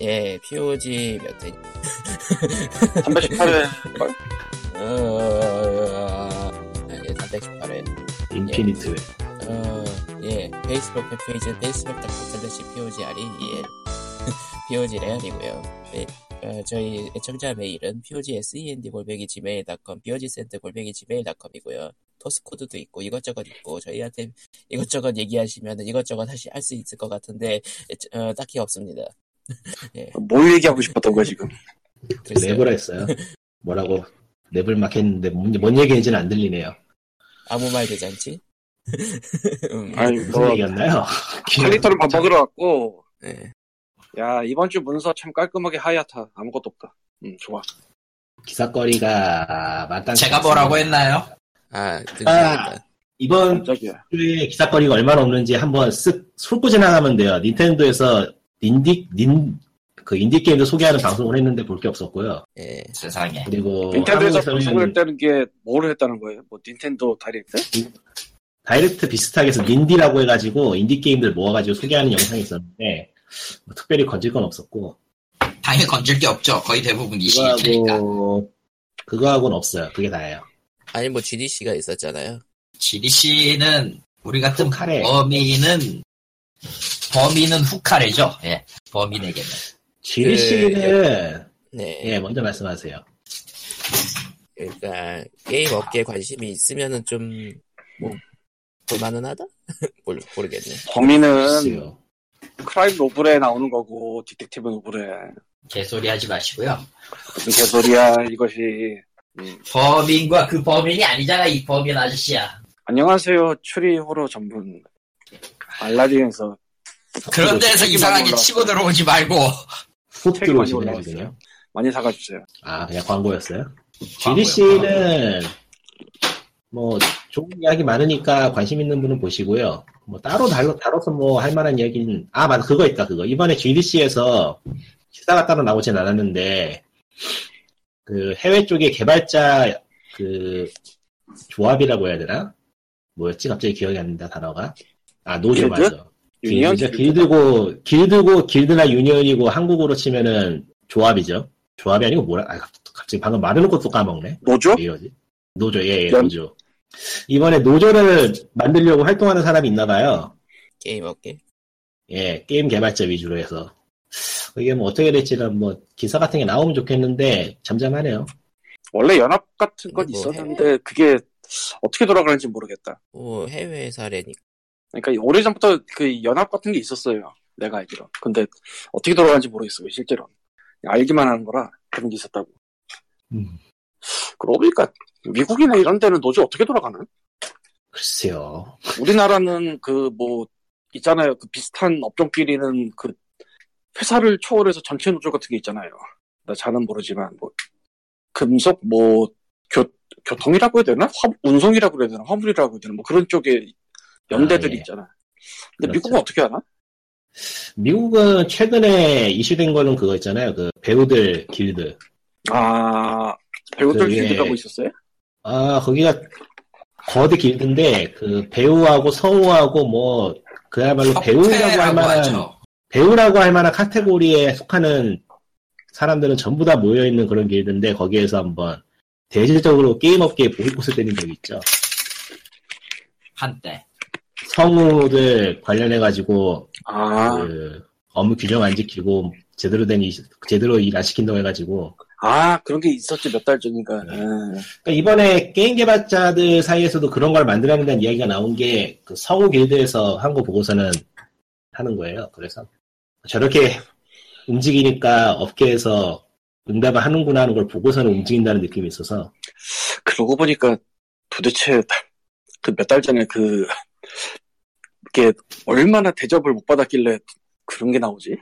예, POG 몇 대? 318회 걸? 어, 예, 318회. 인피니트 웹. 어, 예, 페이스북 팬페이지 facebook.com/slash POGRE, 예. POG 레알이고요 네, 어, 저희 애청자 메일은 E POGSEND-gmail.com, POGSEND-gmail.com이고요. 토스코드도 있고, 이것저것 있고, 저희한테 이것저것 얘기하시면 이것저것 다시 할 수 있을 것 같은데, 애- 어, 딱히 없습니다. 뭘 얘기하고 싶었던 거야 지금 글쎄요. 네, 랩을 했어요. 뭐라고 랩을 막 했는데 뭔, 뭔 얘기인지는 안 들리네요. 아무 말 대잔치? 음, 아니 무슨 어. 뭐 얘기였나요? 캐릭터를 밥 먹으러 왔고 네. 야 이번 주 문서 참 깔끔하게 하얗다 아무것도 없다 음 좋아 기사거리가 마땅치 제가 않습니다. 뭐라고 했나요? 아, 등장한다. 이번 깜짝이야 주에 기사거리가 얼마나 없는지 한번 쓱 훑고 지나가면 돼요. 닌텐도에서 인디 닌그 인디 게임도 소개하는 방송을 했는데 볼 게 없었고요. 예. 세상에. 그리고 닌텐도에서 한국에서는 방송을 했다는 게 뭐를 했다는 거예요? 뭐 닌텐도 다이렉트? 다이렉트 비슷하게 해서 닌디라고 해가지고 인디 게임들 모아가지고 소개하는 영상이 있었는데 뭐 특별히 건질 건 없었고 당연히 건질 게 없죠. 거의 대부분 이 시기니까. 그거하고 그거하고는 없어요. 그게 다예요. 아니, 뭐, GDC가 있었잖아요. 지리 씨는 우리 같은 후카레. 범인은 범인은 후카레죠. 예, 범인에게는 지리 그, 씨는 네. 예 먼저 말씀하세요. 그러니까 게임 업계에 관심이 있으면은 좀 뭐, 볼만은 하다? 모르, 모르겠네. 범인은 글쎄요. 크라임 노블에 나오는 거고 디텍티브 노블에 개소리 하지 마시고요. 무슨 개소리야 이것이 음. 범인과 그 범인이 아니잖아 이 범인 아저씨야. 안녕하세요 추리 호러 전문 알라딘에서 그런 데서 그렇죠. 책이 많이 이상하게 올라왔어요. 치고 들어오지 말고 훅 책이 많이 들어오시네요 올라왔어요. 지금. 많이 사가주세요 아 그냥 광고였어요. 지리 광고요, 씨는 뭐 좋은 이야기 많으니까 관심 있는 분은 보시고요. 뭐 따로 다뤄, 다뤄서 뭐 할 만한 이야기는 아 맞아 그거 있다 그거 이번에 지리 씨에서 기사가 따로 나오진 않았는데 그 해외 쪽에 개발자 그 조합이라고 해야 되나 뭐였지 갑자기 기억이 안 난다 단어가 아 노조 길드? 맞아 유니언 길드, 길드고 길드고 길드나 유니언이고 한국으로 치면은 조합이죠. 조합이 아니고 뭐라? 아, 갑자기 방금 말해놓고 또 까먹네. 노조? 왜 이러지? 노조 예예 연- 노조. 이번에 노조를 만들려고 활동하는 사람이 있나봐요. 게임 업계? 예 게임 개발자 위주로 해서 이게 뭐 어떻게 될지는 뭐 기사 같은 게 나오면 좋겠는데 잠잠하네요. 원래 연합 같은 건 뭐 있었는데 그게 어떻게 돌아가는지 모르겠다 뭐, 해외 사례니까. 그러니까 오래전부터 그 연합 같은 게 있었어요 내가 알기로 근데 어떻게 돌아가는지 모르겠어요 실제로 알기만 하는 거라 그런 게 있었다고 음, 그러고 보니까 미국이나 이런 데는 노조 어떻게 돌아가나? 글쎄요. 우리나라는 그 뭐 있잖아요. 그 비슷한 업종끼리는 그 회사를 초월해서 전체 노조 같은 게 있잖아요. 나 잘은 모르지만 뭐 금속 뭐 교, 교통이라고 해야 되나? 화- 운송이라고 해야 되나? 화물이라고 해야 되나? 뭐 그런 쪽에 연대들이 아, 예. 있잖아. 근데 그렇죠. 미국은 어떻게 하나? 미국은 최근에 이슈된 거는 그거 있잖아요. 그 배우들 길드. 아 배우들 그게- 길드라고 있었어요? 아, 거기가 거대 길드인데, 그, 배우하고 성우하고 뭐, 그야말로 배우라고 할 협회라고 만한, 어, 하죠. 배우라고 할 만한 카테고리에 속하는 사람들은 전부 다 모여있는 그런 길드인데, 거기에서 한번 대질적으로 게임업계에 보이콧을 때린 적이 있죠. 한때 성우들 관련해가지고, 아, 그, 업무 규정 안 지키고, 제대로 된, 일- 제대로 일 안 시킨다고 해가지고, 아 그런 게 있었지 몇 달 전인가. 네. 음. 그러니까 이번에 게임 개발자들 사이에서도 그런 걸 만들어야 다는 이야기가 나온 게그 성우 길드에서 한 거 보고서는 하는 거예요. 그래서 저렇게 움직이니까 업계에서 응답을 하는구나 하는 걸 보고서는 움직인다는 느낌이 있어서 그러고 보니까 도대체 그 몇 달 전에 그 이게 얼마나 대접을 못 받았길래 그런 게 나오지?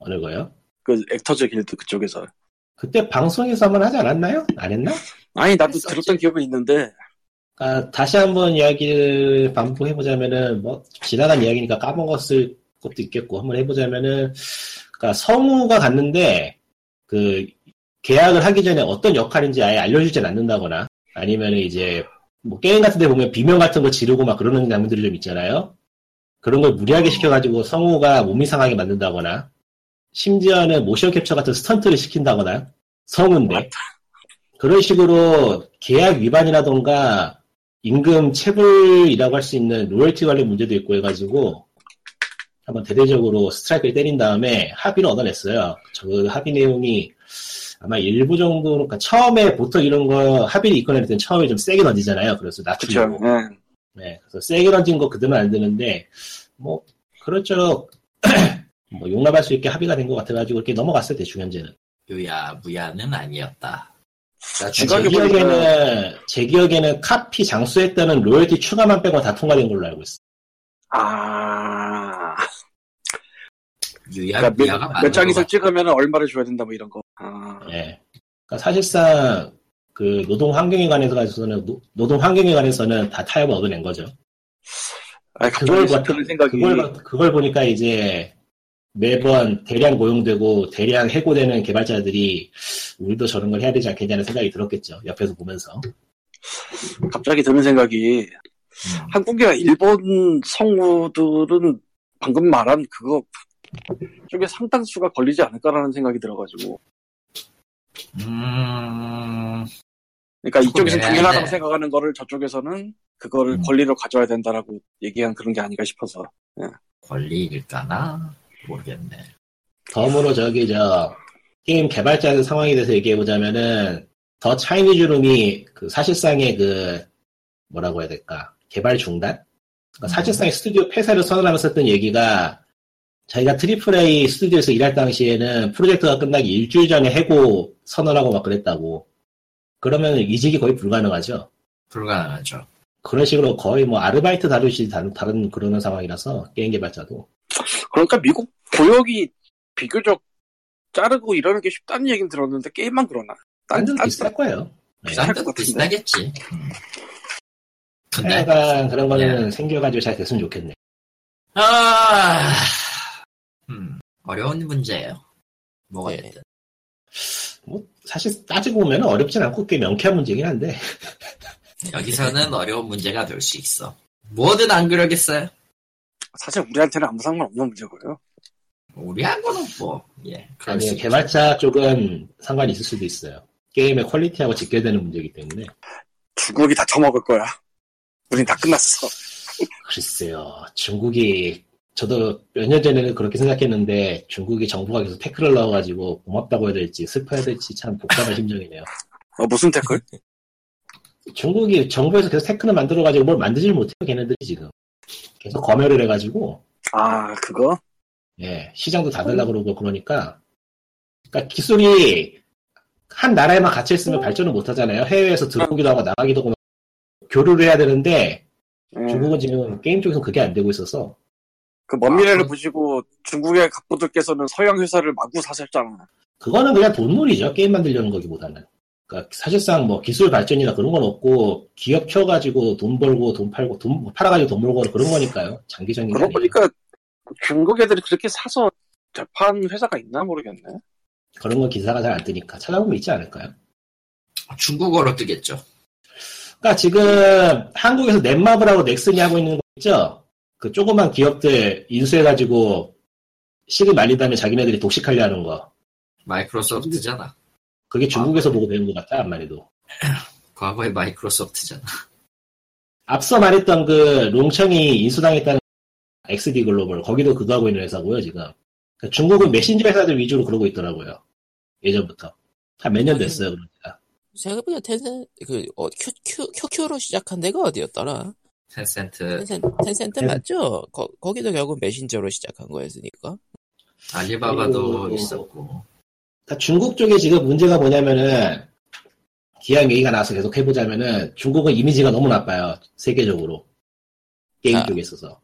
어느 거요? 그 액터즈 길드 그쪽에서 그때 방송에서 한번 하지 않았나요? 안 했나? 아니 나도 했었지. 들었던 기억은 있는데 그러니까 다시 한번 이야기를 반복해보자면은 뭐 지나간 이야기니까 까먹었을 것도 있겠고 한번 해보자면은 그러니까 성우가 갔는데 그 계약을 하기 전에 어떤 역할인지 아예 알려주진 않는다거나 아니면 이제 뭐 게임 같은 데 보면 비명 같은 거 지르고 막 그러는 장면들이 좀 있잖아요 그런 걸 무리하게 시켜가지고 성우가 몸 이상하게 만든다거나 심지어는 모션 캡처 같은 스턴트를 시킨다거나 성은데 그런 식으로 계약 위반이라던가 임금 체불이라고 할 수 있는 로열티 관련 문제도 있고 해가지고 한번 대대적으로 스트라이크를 때린 다음에 합의를 얻어냈어요. 저 합의 내용이 아마 일부 정도, 그러니까 처음에 보통 이런 거 합의를 이끌어낼 때는 처음에 좀 세게 던지잖아요. 그래서 그쵸. 낮추고. 예. 네, 그래서 세게 던진 거 그대로 안 되는데, 뭐, 그럴수록, 뭐, 용납할 수 있게 합의가 된 것 같아가지고, 이렇게 넘어갔어요, 대충 현재는. 유야 무야는 아니었다. 그러니까 지각이 제 기억에는, 제 기억에는 카피 장수했다는 로열티 추가만 빼고 다 통과된 걸로 알고 있어요. 아, 유야 그러니까 무야가 몇, 몇 맞는 장 것 이상 같... 찍으면 얼마를 줘야 된다 뭐 이런 거. 아, 예. 그러니까 사실상, 그, 노동 환경에 관해서는, 노, 노동 환경에 관해서는 다 타협을 얻어낸 거죠. 아니, 그걸, 갑자기 봐- 드는 생각이 그걸, 봐- 그걸 보니까 이제 매번 대량 고용되고 대량 해고되는 개발자들이 우리도 저런 걸 해야 되지 않겠냐는 생각이 들었겠죠. 옆에서 보면서. 갑자기 드는 생각이 음. 한국이나 일본 성우들은 방금 말한 그거 쪽에 상당수가 걸리지 않을까라는 생각이 들어가지고 음... 그러니까 이쪽에서 그래, 당연하다고 네. 생각하는 거를 저쪽에서는 그거를 음. 권리로 가져야 된다라고 얘기한 그런 게 아닌가 싶어서 권리일까나 모르겠네. 덤으로 저기 저 게임 개발자들 상황에 대해서 얘기해 보자면은 더 차이니즈룸이 그 사실상의 그 뭐라고 해야 될까 개발 중단? 음. 그러니까 사실상의 스튜디오 폐쇄를 선언하면서 했던 얘기가 자기가 트리플 A 스튜디오에서 일할 당시에는 프로젝트가 끝나기 일주일 전에 해고 선언하고 막 그랬다고. 그러면 이직이 거의 불가능하죠. 네, 불가능하죠. 그런 식으로 거의 뭐 아르바이트 다루시 다른 다른 그러는 상황이라서 게임 개발자도 그러니까 미국 고역이 비교적 자르고 이러는 게 쉽다는 얘기는 들었는데 게임만 그러나 딴, 완전 딴, 비쌀 거예요. 네. 비싼 할것 뜻 같은데. 비싸겠지. 음. 네. 근데 하여간 그런 거는 생겨가지고 잘 됐으면 좋겠네. 아, 음, 어려운 문제예요. 뭐가 네. 됐든. 뭐 사실 따지고 보면 어렵진 않고 꽤 명쾌한 문제긴 한데 여기서는 어려운 문제가 될 수 있어. 뭐든 안 그러겠어요. 사실 우리한테는 아무 상관없는 문제고요 우리 한 거는 뭐, 예. 그럴 아니 수 있죠. 개발자 쪽은 상관이 있을 수도 있어요. 게임의 퀄리티하고 직결되는 문제이기 때문에 중국이 다 처먹을 거야 우린 다 끝났어 글쎄요 중국이 저도 몇 년 전에는 그렇게 생각했는데 중국이 정부가 계속 태클을 넣어가지고 고맙다고 해야 될지 슬퍼야 될지 참 복잡한 심정이네요. 어, 무슨 태클? 중국이 정부에서 계속 태클을 만들어가지고 뭘 만들질 못해요 걔네들이 지금 계속 검열을 해가지고 아 그거? 예, 시장도 닫으려 그러고 그러니까 그러니까 기술이 한 나라에만 갇혀 있으면 발전을 못 하잖아요. 해외에서 들어오기도 하고 나가기도 하고 교류를 해야 되는데 예. 중국은 지금 게임 쪽에서 그게 안 되고 있어서 그 먼 미래를 아, 보시고 중국의 갑부들께서는 서양 회사를 마구 사셨잖아. 그거는 그냥 돈놀이죠. 게임 만들려는 거기보다는. 그러니까 사실상 뭐 기술 발전이나 그런 건 없고 기업 키워가지고 돈 벌고 돈 팔고 돈 팔아가지고 돈 벌고 그런 거니까요. 장기적인 게 그러고 아니에요. 보니까 중국 애들이 그렇게 사서 재판 회사가 있나 모르겠네. 그런 거 기사가 잘 안 뜨니까 찾아보면 있지 않을까요? 중국어로 뜨겠죠. 그러니까 지금 한국에서 넷마블하고 넥슨이 하고 있는 거 있죠? 그 조그만 기업들 인수해가지고 씨를 말린 다음에 자기네들이 독식하려 하는 거. 마이크로소프트잖아. 그게 중국에서 보고 배운 것 같다, 안 말해도. 과거에 마이크로소프트잖아. 앞서 말했던 그 롱청이 인수당했다는 XD 글로벌, 거기도 그거 하고 있는 회사고요, 지금. 그러니까 중국은 메신저 회사들 위주로 그러고 있더라고요. 예전부터. 한 몇 년 됐어요, 그러니까. 생각보다 텐센 그어 큐큐로 시작한 데가 어디였더라? 텐센트, 텐센 네. 텐센트 맞죠? 거, 거기도 결국 메신저로 시작한 거였으니까. 알리바바도 그리고- 있었고. 그러니까 중국 쪽에 지금 문제가 뭐냐면은 기왕 얘기가 나와서 계속 해보자면은 중국은 이미지가 너무 나빠요 세계적으로 게임 아. 쪽에 있어서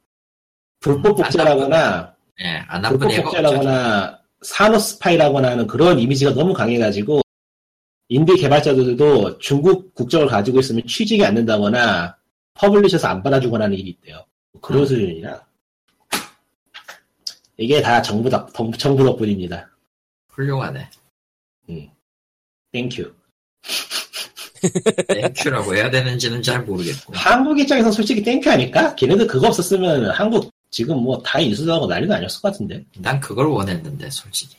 불법 복제라거나 예, 불법 안 음, 나쁜 애가 없죠. 복제라거나 산업 스파이라거나 하는 그런 이미지가 너무 강해가지고 인디 개발자들도 중국 국적을 가지고 있으면 취직이 안 된다거나 퍼블리셔에서 안 받아주거나 하는 일이 있대요 뭐 그런 음. 수준이라 이게 다 정부 덕 정부 덕분입니다 훌륭하네. 땡큐 땡큐라고 해야 되는지는 잘 모르겠고. 한국 입장에서 솔직히 땡큐 아닐까? 걔네들 그거 없었으면 한국 지금 뭐 다 인수하고 난리도 아니었을 것 같은데 난 그걸 원했는데 솔직히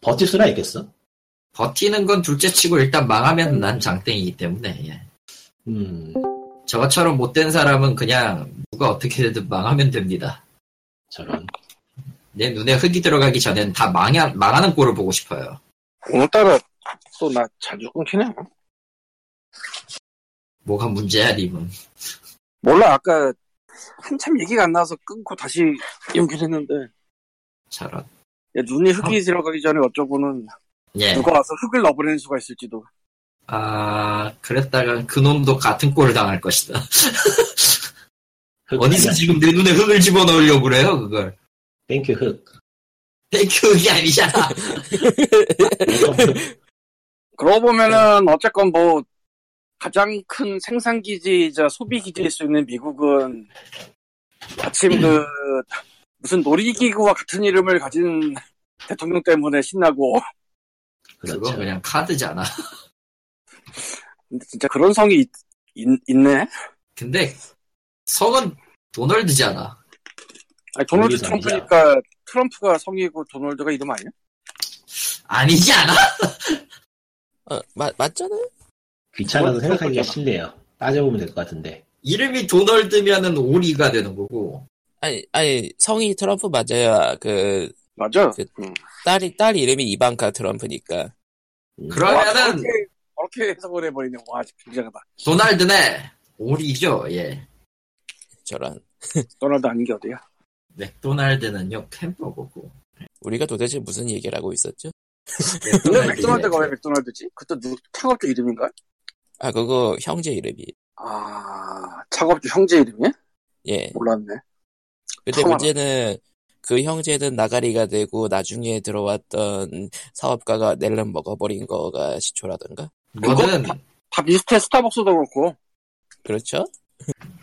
버틸 수나 있겠어? 버티는 건 둘째치고 일단 망하면 난 장땡이기 때문에 예. 음 저처럼 못된 사람은 그냥 누가 어떻게 되든 망하면 됩니다. 저런 내 눈에 흙이 들어가기 전엔 다 망야, 망하는 꼴을 보고 싶어요. 오늘따라 또 나 자주 끊기네. 뭐가 문제야, 님은. 몰라 아까 한참 얘기가 안 나와서 끊고 다시 연결했는데 저런. 야, 눈이 흙이 들어가기 전에 어쩌고는 예. 누가 와서 흙을 넣어버리는 수가 있을지도. 아, 그랬다가 그놈도 같은 꼴을 당할 것이다. 어디서 지금 내 눈에 흙을 집어넣으려고 그래요, 그걸. 땡큐 흑 땡큐, 이 아니잖아. 그렇죠. 그러고 보면은 어쨌건 뭐 가장 큰 생산 기지이자 소비 기지일 수 있는 미국은 마침 그 무슨 놀이기구와 같은 이름을 가진 대통령 때문에 신나고 그거 그렇죠 그냥 카드잖아. 근데 진짜 그런 성이 있, 있- 있네. 근데 성은 도널드잖아. 아니, 도널드 놀이기구 아니야. 트럼프니까 트럼프가 성이고 도널드가 이름 아니야? 아니지 않아? 어, 맞, 맞잖아요? 귀찮아서 그건 생각하기가 그렇구나. 싫네요 따져보면 될 것 같은데 이름이 도널드면은 오리가 되는 거고. 아니, 아니, 성이 트럼프 맞아요. 그, 맞아. 그- 응. 딸이, 딸 이름이 이방카 트럼프니까. 음, 와, 그러면은 저렇게, 저렇게 해석을 해버리네. 와, 굉장하다. 도널드네. 오리죠, 예. 저런. 도널드 아닌 게 어디야? 맥도날드는요, 햄버거고. 우리가 도대체 무슨 얘기를 하고 있었죠? 왜 맥도날드는 맥도날드가 왜 맥도날드지? 그것도 누, 창업주 이름인가? 아, 그거 형제 이름이. 아, 창업주 형제 이름이야? 예. 몰랐네. 근데 참아라. 문제는 그 형제는 나가리가 되고 나중에 들어왔던 사업가가 낼름 먹어버린 거가 시초라던가? 뭐든, 다 비슷해. 스타벅스도 그렇고. 그렇죠?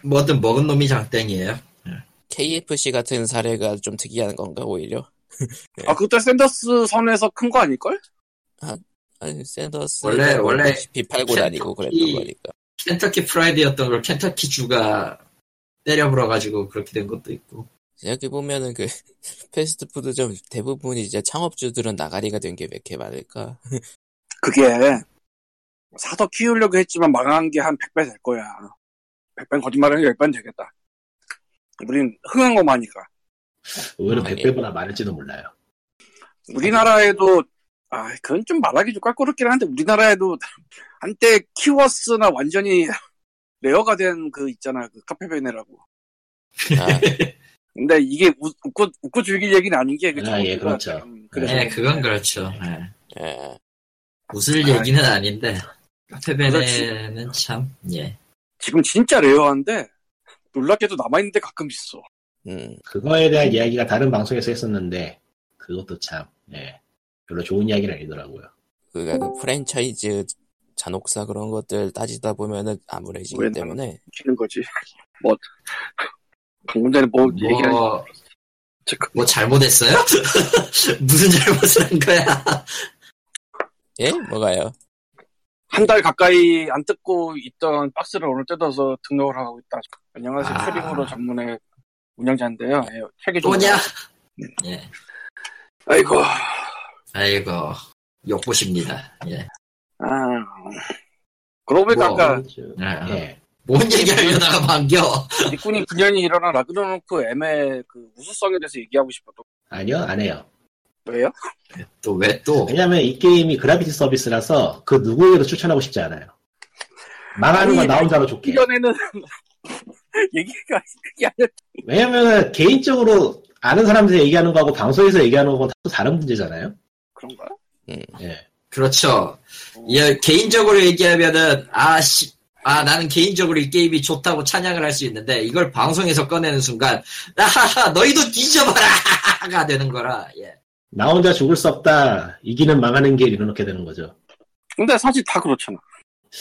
뭐든 먹은 놈이 장땡이에요. KFC 같은 사례가 좀 특이한 건가, 오히려? 네. 아, 그때 샌더스 선에서 큰 거 아닐걸? 아니, 뭐 샌더스. 원래- 원래 비팔고 다니고 그랬던 캔터키- 거니까. 켄터키 프라이드였던 걸 켄터키 주가 때려 불어가지고 그렇게 된 것도 있고. 생각해보면은 그, 패스트푸드점 대부분이 이제 창업주들은 나가리가 된 게 몇 개 많을까? 그게 사서 키우려고 했지만 망한 게 한 100배 될 거야. 100배 거짓말하는 게 10배는 되겠다. 우린 흥한 거많니까 의외로 아, 예. 100배보다 많을지도 몰라요 우리나라에도 아, 그건 좀 말하기 좀 껄끄럽긴 한데 우리나라에도 한때 키워스나 완전히 레어가 된 그 있잖아. 그 카페베네라고. 아, 근데 이게 웃- 웃고, 웃고 즐길 얘기는 아닌 게, 그 아, 정도가 예, 그렇죠. 참 그래서 예, 그건 그렇죠. 예. 예. 웃을 아, 얘기는 아닌데. 카페베네는 그렇지. 참, 예. 지금 진짜 레어한데, 놀랍게도 남아있는데 가끔 있어. 음, 그거에 대한 이야기가 다른 방송에서 했었는데 그것도 참 예, 별로 좋은 이야기는 아니더라고요 그가 그 프랜차이즈 잔혹사 그런 것들 따지다 보면은 왜 암울해지기 나- 때문에. 웃기는 거지. 뭐, 방금 전에 뭐, 얘기하는, 뭐, 체크. 뭐 잘못했어요? 무슨 잘못을 한 거야? 예? 뭐가요? 한달 가까이 안 뜯고 있던 박스를 오늘 뜯어서 등록을 하고 있다. 안녕하세요. 아. 캐빙으로 전문의 운영자인데요. 예, 책이 좀. 뭐냐? 예. 아이고. 아이고, 욕보십니다. 예. 아. 그러고 보니까 뭐, 아까 예. 예. 뭔 얘기 하려다가 반겨. 니꾼이 분연히 일어나라 그러놓고 애매 그 우수성에 대해서 얘기하고 싶어도 아니요 안 해요 왜요? 또 왜 또? 왜냐면 이 게임이 그라비티 서비스라서 그 누구에게도 추천하고 싶지 않아요 망하는 건 나 혼자로 그 좋게 이전에는 얘기가 그게 아니라 왜냐면 개인적으로 아는 사람들 얘기하는 거하고 방송에서 얘기하는 거하고 또 다른 문제잖아요 그런가? 예. 그렇죠. 예, 개인적으로 얘기하면은, 아, 씨, 아, 나는 개인적으로 이 게임이 좋다고 찬양을 할 수 있는데, 이걸 방송에서 꺼내는 순간, 아하하, 너희도 뒤져봐라! 가 되는 거라, 예. 나 혼자 죽을 수 없다 이기는 망하는 길 이렇게 되는 거죠 근데 사실 다 그렇잖아.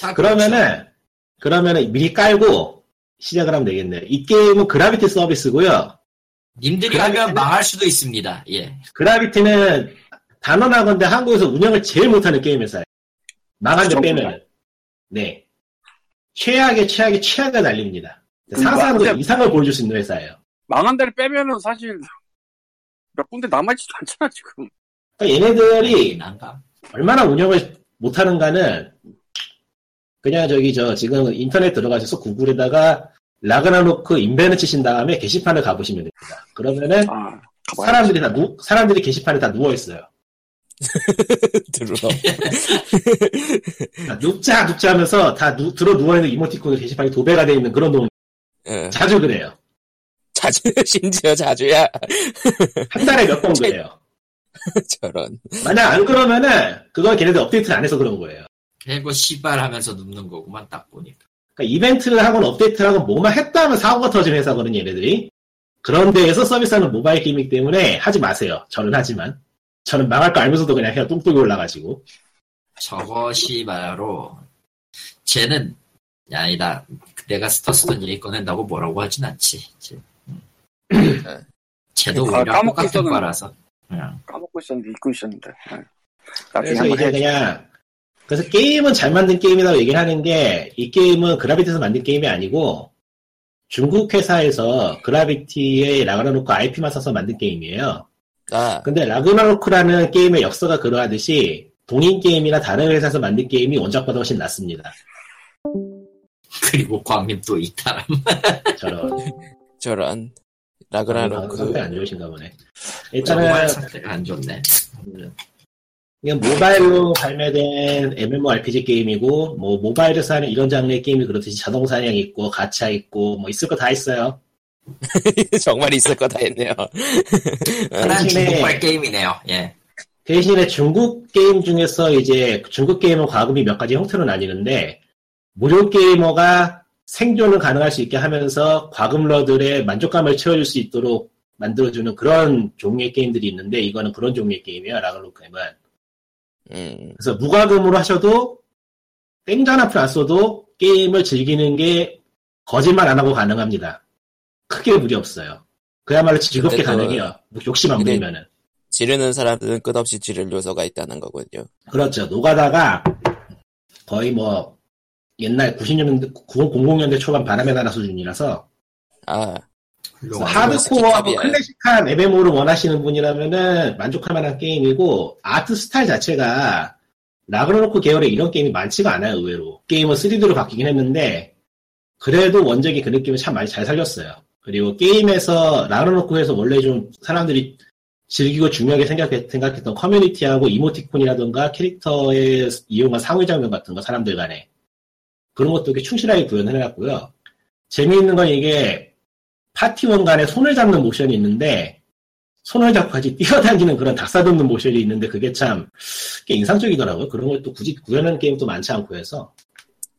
다 그렇죠. 그러면은 그러면은 미리 깔고 시작을 하면 되겠네요 이 게임은 그라비티 서비스고요 님들이 하면 망할 수도 있습니다, 예. 그라비티는 단언하건대 한국에서 운영을 제일 못하는 게임 회사예요. 망한 데 빼면. 네. 최악의 최악의 최악을 날립니다. 상상하는 것 이상을 보여줄 수 있는 회사예요. 망한 데를 빼면은 사실 몇 군데 남아있지도 않잖아 지금. 그러니까 얘네들이 난감. 얼마나 운영을 못하는가는 그냥 저기 저 지금 인터넷 들어가셔서 구글에다가 라그나로크 인벤을 치신 다음에 게시판을 가보시면 됩니다. 그러면은 아, 가봐야 사람들이 다 누, 사람들이 게시판에 다 누워 있어요. 들어. 그러니까 눕자 눕자 하면서 다 누, 들어 누워 있는 이모티콘 게시판이 도배가 돼 있는 그런 동 어. 자주 그래요. 자주 심지어 자주야. 한 달에 몇 번 그래요. 저런. 만약 안 그러면은 그건 걔네들 업데이트를 안 해서 그런 거예요. 해고 씨발 하면서 눕는 거구만 딱 보니까. 그러니까 이벤트를 하건 업데이트를 하건 뭐만 했다면 사고가 터진 회사거든 얘네들이. 그런 데에서 서비스하는 모바일 게임이기 때문에 하지 마세요. 저는 하지만. 저는 망할 거 알면서도 그냥 해가 뚱뚱이 올라가지고. 저것이 바로 쟤는 아니다. 내가 스터스던 얘기 꺼낸다고 뭐라고 하진 않지. 쟤. 음. 아, 쟤도 오히려 까먹고 똑같은 있었는데. 거라서. 음. 그냥 까먹고 있었는데 잊고 있었는데. 네. 나중에 그래서 한번 이제 해야지. 그냥 그래서 게임은 잘 만든 게임이라고 얘기를 하는 게 이 게임은 그라비티에서 만든 게임이 아니고 중국 회사에서 그라비티의 라그나로크 IP만 써서 만든 게임이에요. 아, 근데 라그나로크라는 게임의 역사가 그러하듯이 동인 게임이나 다른 회사에서 만든 게임이 원작보다 훨씬 낫습니다. 그리고 광림 또 이탈함. 저런 저런. 그렇죠. 그 상태 라그나로크. 안 좋으신가 보네. 정말 일단은 상태가 안 좋네. 이건 모바일로 발매된 MMORPG 게임이고 뭐 모바일에서 하는 이런 장르의 게임이 그렇듯이 자동 사냥 있고 가챠 있고 뭐 있을 거 다 있어요. 정말 있을 거다 했네요. 하나는 대신에- 중국발 게임이네요. 예. 그 대신에 중국 게임 중에서 이제 중국 게임은 과금이 몇 가지 형태로 나뉘는데 무료 게이머가 생존을 가능할 수 있게 하면서 과금러들의 만족감을 채워줄 수 있도록 만들어주는 그런 종류의 게임들이 있는데 이거는 그런 종류의 게임이에요 라그로크엠은 음, 그래서 무과금으로 하셔도 땡전 앞을 안 써도 게임을 즐기는 게 거짓말 안 하고 가능합니다 크게 무리 없어요 그야말로 즐겁게 근데 그거- 가능해요 욕심 안 근데- 부리면은 지르는 사람들은 끝없이 지를 요소가 있다는 거군요. 그렇죠. 노가다가 거의 뭐 옛날 90년대, 00년대 초반 바람의 나라 수준이라서 아, 훌륭하네요. 하드코어하고 스킵탑이야. 클래식한 MMO를 원하시는 분이라면은 만족할 만한 게임이고 아트 스타일 자체가 라그노로크 계열의 이런 게임이 많지가 않아요, 의외로. 게임은 3D로 바뀌긴 했는데 그래도 원작이 그 느낌을 참 많이 잘 살렸어요. 그리고 게임에서 라그노로크에서 원래 좀 사람들이 즐기고 중요하게 생각했, 생각했던 커뮤니티하고 이모티콘이라던가 캐릭터에 이용한 상호 장면 같은 거 사람들 간에 그런 것도 이렇게 충실하게 구현을 해놨고요. 재미있는 건 이게 파티원 간에 손을 잡는 모션이 있는데 손을 잡고 같이 뛰어다니는 그런 닭사돋는 모션이 있는데 그게 참 꽤 인상적이더라고요. 그런 걸 또 굳이 구현하는 게임도 많지 않고 해서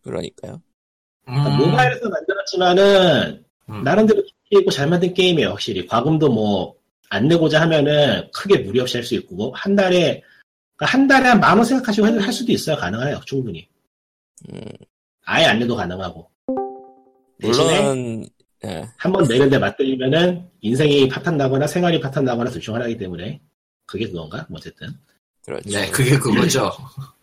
그러니까요. 음, 모바일에서 만들었지만은 음. 나름대로 깊이 있고 잘 만든 게임이에요. 확실히 과금도 뭐 안 내고자 하면은 크게 무리 없이 할 수 있고 뭐한 달에 그러니까 한 달에 한 만 원 생각하시고 할- 할 수도 있어요. 가능해요. 충분히 음, 아예 안 내도 가능하고 대신에 물론, 예, 한 번 내는데 맞들리면은 인생이 파탄나거나 생활이 파탄나거나 둘 중 하나이기 때문에 그게 그건가? 뭐 어쨌든 그렇죠. 네, 그게 그거죠. 아,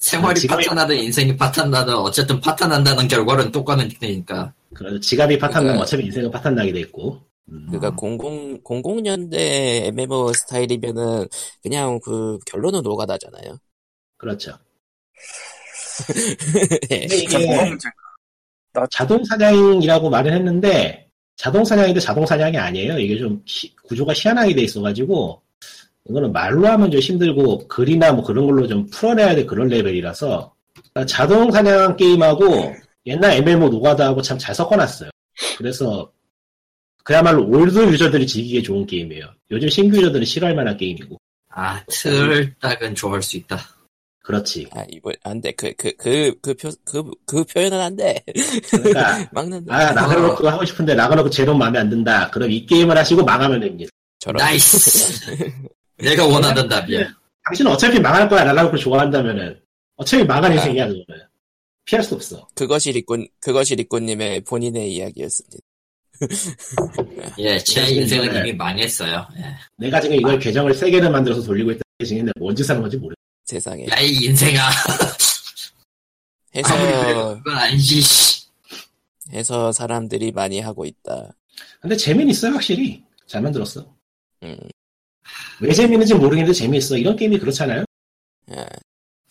생활이 지금의- 파탄나든 인생이 파탄나든 어쨌든 파탄난다는 결과는 똑같으니까. 그래서 지갑이 파탄나면 그러니까- 어차피 인생은 파탄나게 돼 있고 음. 그러니까 00, 00년대 MMO 스타일이면은 그냥 그 결론은 노가다잖아요. 그렇죠. 예. 근데 진짜 뭐가 이게 문제야? 자동 사냥이라고 말을 했는데 자동 사냥인데 자동 사냥이 아니에요. 이게 좀 희- 구조가 희한하게 돼 있어가지고 이거는 말로 하면 좀 힘들고 글이나 뭐 그런 걸로 좀 풀어내야 될 그런 레벨이라서 그러니까 자동 사냥 게임하고 옛날 MMO 노가다하고 참 잘 섞어놨어요. 그래서 그야말로 올드 유저들이 즐기기에 좋은 게임이에요. 요즘 신규 유저들은 싫어할 만한 게임이고 아, 틀딱은 좋아할 수 있다. 그렇지. 아, 이거, 안 돼. 그, 그, 그, 그, 표, 그, 그 표현은 안 돼. 그러니까 막는다. 아, 라그나로크 하고 싶은데 라그나로크 제로 마음에 안 든다. 그럼 이 게임을 하시고 망하면 됩니다. 저런. 나이스. 내가 네. 원하던 답이야. 당신은 어차피 망할 거야. 라그나로크를 좋아한다면은 어차피 망할 아. 인생이야. 그거는. 피할 수 없어. 그것이 리꾼, 그것이 리꾼님의 본인의 이야기였습니다. 예, 네. 제 인생은 이미 망했어요. 예. 내가 지금 아. 이걸 계정을 세 개를 만들어서 돌리고 있다. 지금 뭔 짓을 한 건지 모르. 세상에. 야, 이 인생아. 어, 해서, 아무리 그래도 그건 아니지. 씨. 해서 사람들이 많이 하고 있다. 근데 재미는 있어요, 확실히. 잘 만들었어. 음. 왜 재미있는지 모르겠는데 재미있어. 이런 게임이 그렇잖아요. 아,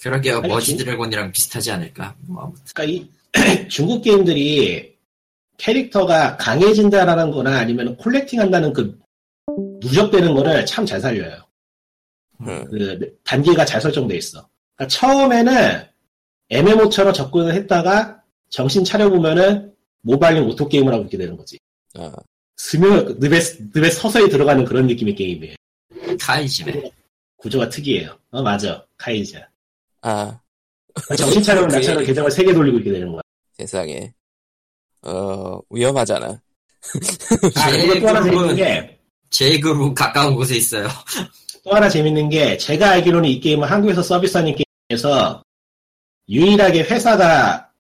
그러게요. 아니, 머지 중- 드래곤이랑 비슷하지 않을까? 뭐 아무튼. 그러니까 이 중국 게임들이 캐릭터가 강해진다라는 거나 아니면 콜렉팅한다는 그 누적되는 거를 참 잘 살려요. 음. 그 단계가 잘 설정돼 있어. 그러니까 처음에는 MMO처럼 접근을 했다가 정신 차려보면은 모바일링 오토 게임을 하고 있게 되는 거지. 아, 스며 늪에 늪에 서서히 들어가는 그런 느낌의 게임이에요. 뭐, 카이지네. 아, 구조가 특이해요. 어 맞아 카이자. 아, 정신 차려면 그게- 나처럼 계정을 세 개 돌리고 있게 되는 거야. 세상에. 어, 위험하잖아. 아 그리고 또 하나 재밌는 게 또 제 그룹 가까운 곳에 있어요. 하나 재밌는 게 제가 알기로는 이 게임은 한국에서 서비스하는 게임에서 유일하게 회사가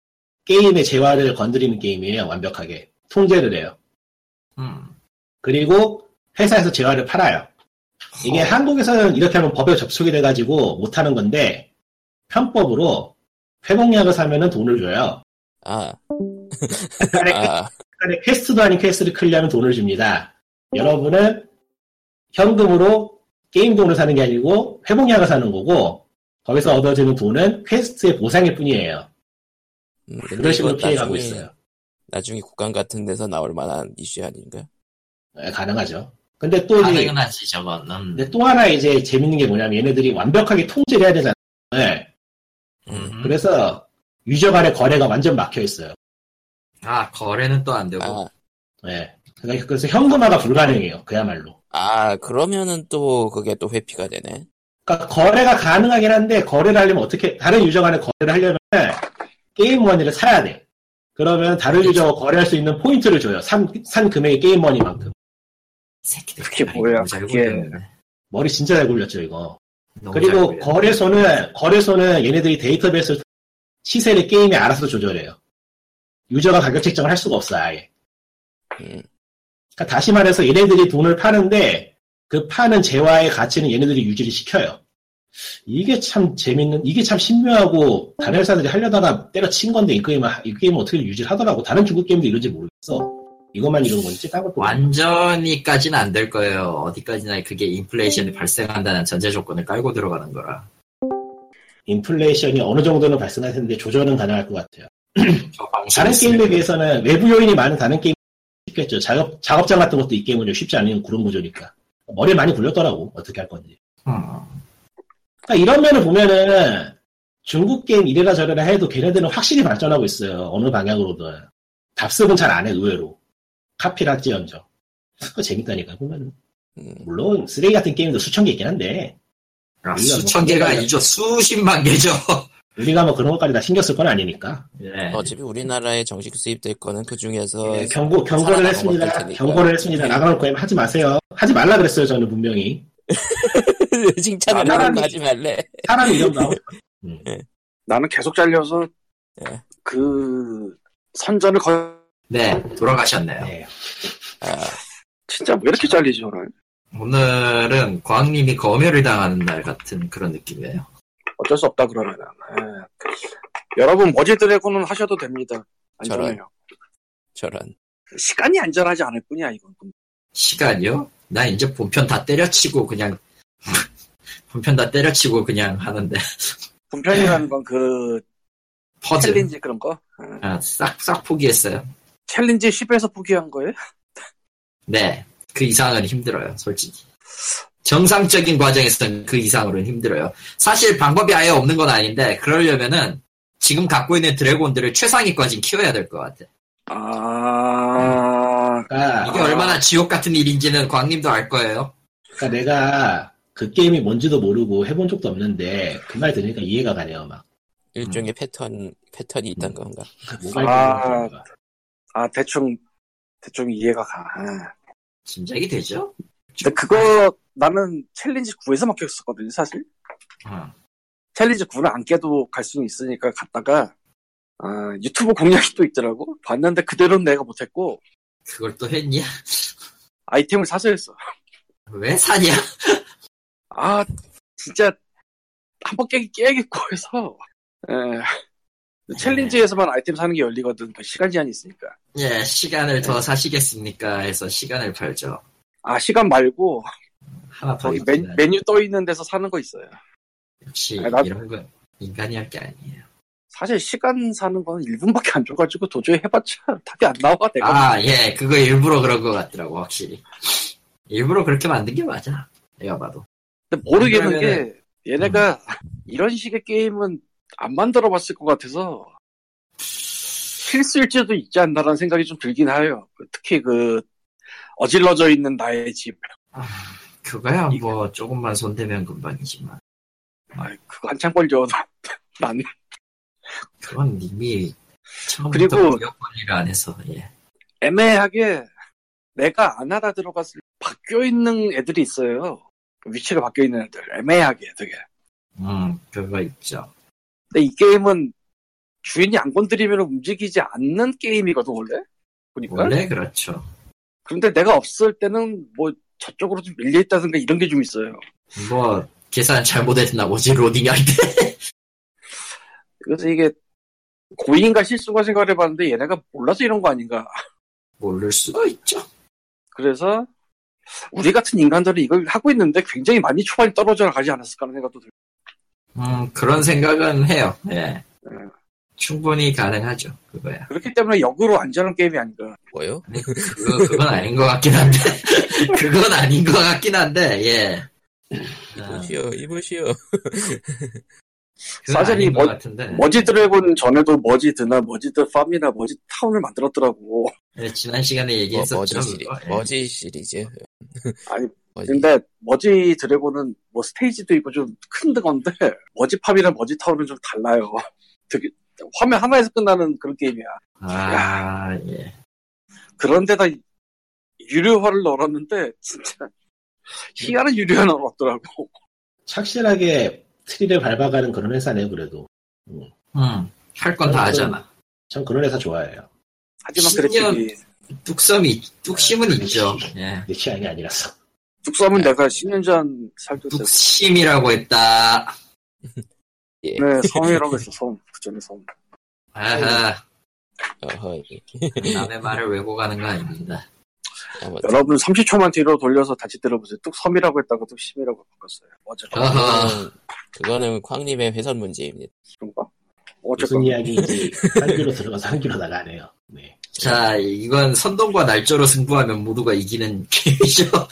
게임의 재화를 건드리는 게임이에요. 완벽하게 통제를 해요. 음. 그리고 회사에서 재화를 팔아요. 이게 어. 한국에서는 이렇게 하면 법에 접촉이 돼가지고 못하는 건데 편법으로 회복약을 사면은 돈을 줘요. 아, 간단히 아, 퀘스트도 그러니까 아닌 퀘스트를 클리어하면 돈을 줍니다. 여러분은 현금으로 게임 돈을 사는 게 아니고 회복약을 사는 거고 거기서 얻어지는 돈은 퀘스트의 보상일 뿐이에요. 음, 근데 그런 식으로 이건 피해가고 나중에- 있어요. 나중에 국감 같은 데서 나올 만한 이슈 아닌가? 네, 가능하죠. 근데 또 이제 가능은 하지 저건. 음. 근데 또 하나 이제 재밌는 게 뭐냐면 얘네들이 완벽하게 통제를 해야 되잖아요. 네. 음. 그래서 유저 간의 거래가 완전 막혀 있어요. 아 거래는 또 안 되고. 아, 예. 그러니까 그래서 현금화가 불가능해요. 그야말로. 아, 그러면은 또 그게 또 회피가 되네. 그러니까 거래가 가능하긴 한데 거래를 하려면 어떻게 다른 유저 간에 거래를 하려면 게임 머니를 사야 돼. 그러면 그렇죠. 다른 유저와 거래할 수 있는 포인트를 줘요. 산, 산 금액이 게임 머니만큼. 새끼들 그게 아이고, 뭐야, 잘 그게. 굴렸네. 머리 진짜 잘 굴렸죠 이거. 너무 잘 그리고 굴렸네. 거래소는 거래소는 얘네들이 데이터베이스 시세를 게임이 알아서 조절해요. 유저가 가격 책정을 할 수가 없어 아예. 음, 그러니까 다시 말해서 얘네들이 돈을 파는데 그 파는 재화의 가치는 얘네들이 유지를 시켜요. 이게 참 재밌는, 이게 참 신묘하고 다른 회사들이 하려다가 때려친 건데 이 게임은, 이 게임은 어떻게 유지를 하더라고. 다른 중국 게임도 이런지 모르겠어. 이것만 이런 건지 다른 것도 모르겠어. 완전히까지는 안 될 거예요. 어디까지나 그게 인플레이션이 음. 발생한다는 전제 조건을 깔고 들어가는 거라. 인플레이션이 어느 정도는 발생할 텐데 조절은 가능할 것 같아요. 저 방식 다른 있으면 게임에 비해서는 외부 요인이 많은 다른 게임 쉽겠죠. 작업, 작업장 같은 것도 이 게임은 좀 쉽지 않은 그런 구조니까. 머리 많이 굴렸더라고. 어떻게 할 건지. 음. 그러니까 이런 면을 보면은 중국 게임 이래라 저래라 해도 걔네들은 확실히 발전하고 있어요. 어느 방향으로든. 답습은 잘 안 해, 의외로. 카피락지언정. 그거 재밌다니까, 보면은. 음, 물론, 쓰레기 같은 게임도 수천 개 있긴 한데, 아, 우리가 수천 뭐 개가 그런 아니죠. 수십만 개죠. 우리가 뭐 그런 것까지 다 신경 쓸 건 아니니까. 네. 어차피 우리나라에 정식 수입될 거는 그 중에서 예, 경고, 경고를 살아남은 것들 했습니다. 테니까. 경고를 했습니다. 나가놓을 거면 하지 마세요. 하지 말라 그랬어요, 저는 분명히. 그 칭찬을 아, 하는 나라는- 거 하지 말래. 사람이 이런 거 음. 나는 계속 잘려서 예. 네. 그 선전을 거 네, 돌아가셨네요. 네. 아, 진짜 왜 이렇게 잘리지 오늘? 오늘은 광님이 검열을 당하는 날 같은 그런 느낌이에요. 어쩔 수 없다 그러면은. 예. 여러분 머지 드래곤은 하셔도 됩니다. 안전해요. 저런. 시간이 안전하지 않을 뿐이야 이건. 시간이요? 나 이제 본편 다 때려치고 그냥 본편 다 때려치고 그냥 하는데 분편이라는 건 그 퍼즐 챌린지 그런 거? 예. 아, 싹, 싹 포기했어요. 챌린지 10에서 포기한 거예요? 네, 그 이상은 힘들어요, 솔직히. 정상적인 과정에서는 그 이상으로는 힘들어요. 사실 방법이 아예 없는 건 아닌데 그러려면은 지금 갖고 있는 드래곤들을 최상위까지 키워야 될 것 같아. 아, 그러니까, 이게 얼마나 지옥 같은 일인지는 광님도 알 거예요. 그러니까 내가 그 게임이 뭔지도 모르고 해본 적도 없는데, 그 말 들으니까 이해가 가네요, 막. 일종의 음. 패턴, 패턴이 있던 건가? 그러니까 모바일 아. 게임을 하는 거가. 아 대충 대충 이해가 가. 예. 짐작이 되죠? 근데 그거 나는 챌린지 9에서 막혔었거든요, 사실. 어. 챌린지 9는 안 깨도 갈 수는 있으니까 갔다가 아, 유튜브 공략이 또 있더라고. 봤는데 그대로는 내가 못했고 그걸 또 했냐? 아이템을 사서 했어. 왜 사냐? 아 진짜 한 번 깨기 깨야겠고 해서 에, 네. 챌린지에서만 아이템 사는 게 열리거든. 그 시간 제한이 있으니까. 예, 시간을 네. 더 사시겠습니까? 해서 시간을 팔죠. 아, 시간 말고, 하나 더 거기 있는 메, 메뉴 떠 있는 데서 사는 거 있어요. 역시 아니, 난- 이런 건 인간이 할 게 아니에요. 사실 시간 사는 건 1분밖에 안 줘가지고 도저히 해봤자 답이 안 나와. 내가. 아, 예, 그거 일부러 그런 것 같더라고, 확실히. 일부러 그렇게 만든 게 맞아. 내가 봐도. 근데 모르겠는 왜냐면은- 게, 얘네가 이런 식의 게임은 안 만들어 봤을 것 같아서, 실수일지도 있지 않나라는 생각이 좀 들긴 해요. 그 특히 그, 어질러져 있는 나의 집. 아, 그거야 뭐 조금만 손대면 금방이지만 아이, 그거 한참 걸려. 난, 그건 이미 처음부터 그리고- 기업 관리를 안 해서 예. 애매하게 내가 안 하다 들어갔을 때 바뀌어 있는 애들이 있어요. 위치가 바뀌어 있는 애들. 애매하게 되게. 음, 그거 있죠. 근데 이 게임은 주인이 안 건드리면 움직이지 않는 게임이거든, 원래? 보니까. 원래 그렇죠. 그런데 내가 없을 때는 뭐 저쪽으로 좀 밀려있다든가 이런 게 좀 있어요. 뭐 계산 잘못했나 보지 로딩 할 때. 그래서 이게 고인가 실수가 생각을 해봤는데 얘네가 몰라서 이런 거 아닌가. 모를 수도 있죠. 그래서 우리 같은 인간들은 이걸 하고 있는데 굉장히 많이 초반이 떨어져 가지 않았을까 하는 생각도 들고. 음, 그런 생각은 해요. 예. 충분히 가능하죠. 그거야. 그렇기 때문에 역으로 안전한 게임이 아닌가. 뭐요? 그거, 그건 아닌 것 같긴 한데. 그건 아닌 것 같긴 한데, 예. 아, 이보시오, 이보시오. 그건 사전이 아닌 것 뭐- 같은데. 머지 드래곤 전에도 머지 드나 머지 드 팜이나 머지 타운을 만들었더라고. 예, 지난 시간에 뭐, 얘기했었죠. 머지 시리즈. 그거. 예. 머지 시리즈. 아니, 머지. 근데 머지 드래곤은 뭐 스테이지도 있고 좀 큰 건데 머지 팝이랑 머지 타운은 좀 달라요. 되게 화면 하나에서 끝나는 그런 게임이야. 아, 예. 그런데다 유료화를 넣었는데 진짜 희한한 유료화 넣었더라고. 착실하게 트리를 밟아가는 그런 회사네요, 그래도. 음, 할 건 다 하잖아. 전 그런 회사 좋아해요. 하지만 신기한- 그래픽이 뚝섬이, 뚝심은 있죠. 예. 내 취향이 아니라서. 뚝섬은 내가 10년 전 살때 뚝심이라고 했다. 예. 네, 섬이라고 했어, 섬. 그 전에 섬. 아하, 어허, 예. 남의 말을 왜곡하는 거 아닙니다. 아무튼. 여러분 30초만 뒤로 돌려서 다시 들어보세요. 뚝섬이라고 했다가 뚝심이라고 바꿨어요. 아. 어제가. 어허, 그거는- 그거는 쾅님의 회선 문제입니다. 그런가? 무슨 어쨌건. 이야기인지 한 귀로 들어가서 한 귀로 나가네요. 네. 자, 이건 선동과 날조로 승부하면 모두가 이기는 게임이죠.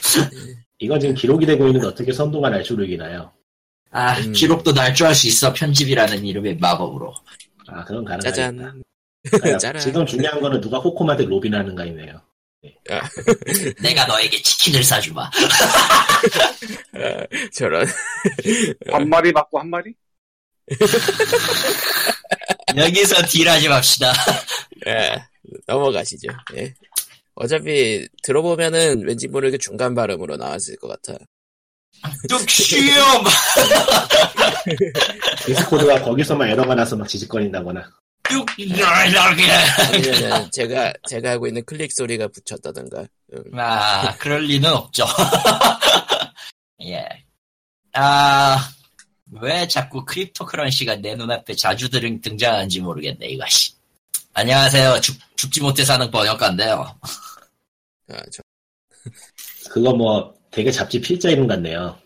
이건 지금 기록이 되고 있는데 어떻게 선동과 날조를 이기나요? 아, 음. 기록도 날조할 수 있어. 편집이라는 이름의 마법으로. 아, 그건 가능하다. 아, 짜잔. 짜란. 지금 중요한 거는 누가 호콤한테 로빈 하는가이네요. 내가 너에게 치킨을 사주마. 아, 저런. 반 마리 맞고 한 마리? 여기서 딜하지 맙시다. 아, 넘어가시죠. 예. 어차피 들어보면은 왠지 모르게 중간 발음으로 나왔을 것 같아. 뚝시엄! 디스코드가 거기서만 에러가 나서 막 지직거린다거나. 뚝이렇게 아니면은 제가 제가 하고 있는 클릭 소리가 붙였다던가. 음. 아, 그럴 리는 없죠. 예. 아, 왜 자꾸 크립토 크런시가 내 눈앞에 자주 들- 등장하는지 모르겠네, 이거, 씨. 안녕하세요. 죽, 죽지 못해 사는 번역가인데요. 아, 저, 그거 뭐 되게 잡지 필자 이름 같네요.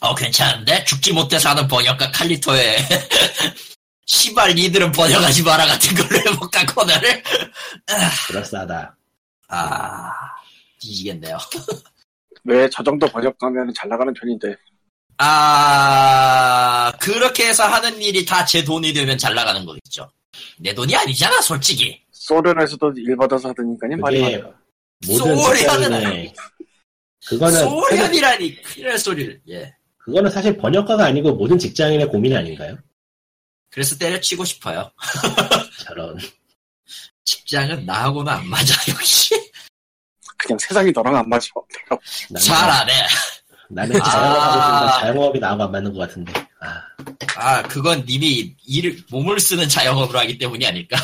어, 괜찮은데? 죽지 못해 사는 번역가 칼리토의. 시발, 니들은 번역하지 마라 같은 걸로 해볼까, 코너를? 그럴싸하다. 아, 뒤지겠네요. 왜 저 정도 번역하면 잘 나가는 편인데. 아, 그렇게 해서 하는 일이 다 제 돈이 되면 잘 나가는 거겠죠. 내 돈이 아니잖아, 솔직히. 소련에서도 일 받아서 하더니까요. 말이 그게 많아. 모든 네, 소리 하는 직장인의 그거는 사실, 소련이라니, 큰일 날 소리를. 예. 그거는 사실 번역가가 아니고 모든 직장인의 고민 아닌가요? 그래서 때려치고 싶어요. 저런 직장은 나하고는 안 맞아, 역시. 그냥 세상이 너랑 안 맞아. 나는- 잘 안 해. 나는 아. 자영업하고 있으니까 자영업이 나하고 안 맞는 것 같은데. 아, 아, 그건 님이 일을, 몸을 쓰는 자영업으로 하기 때문이 아닐까.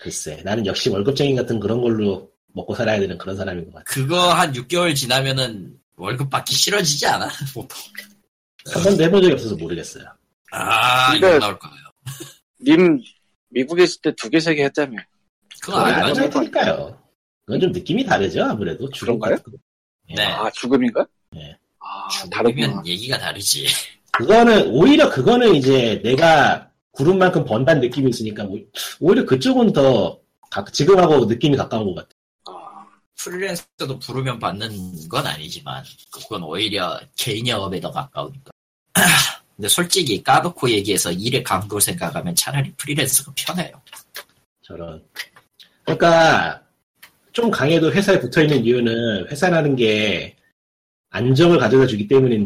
글쎄. 나는 역시 월급쟁이 같은 그런 걸로 먹고 살아야 되는 그런 사람인 것 같아. 그거 한 6개월 지나면은 월급 받기 싫어지지 않아? 보통. 한 번도 해본 적이 없어서 모르겠어요. 아, 근데- 이거 나올 거예요. 님 미국에 있을 때 두 개, 세 개 했다며. 아, 그거 거의 안 안 하죠. 하실 테니까요. 그건 좀 느낌이 다르죠, 아무래도. 죽음 그런가요? 같은 거. 네. 아, 죽음인가? 네. 아, 다르구나. 죽으면 얘기가 다르지. 그거는, 오히려 그거는 이제 내가 구른 만큼 번다는 느낌이 있으니까, 오- 오히려 그쪽은 더, 가- 지금하고 느낌이 가까운 것 같아요. 아, 프리랜서도 부르면 받는 건 아니지만 그건 오히려 개인 영업에 더 가까우니까. 근데 솔직히 까놓고 얘기해서 일의 강도 생각하면 차라리 프리랜서가 편해요. 저런. 그러니까, 좀 강해도 회사에 붙어 있는 이유는 회사라는 게 안정을 가져다 주기 때문에,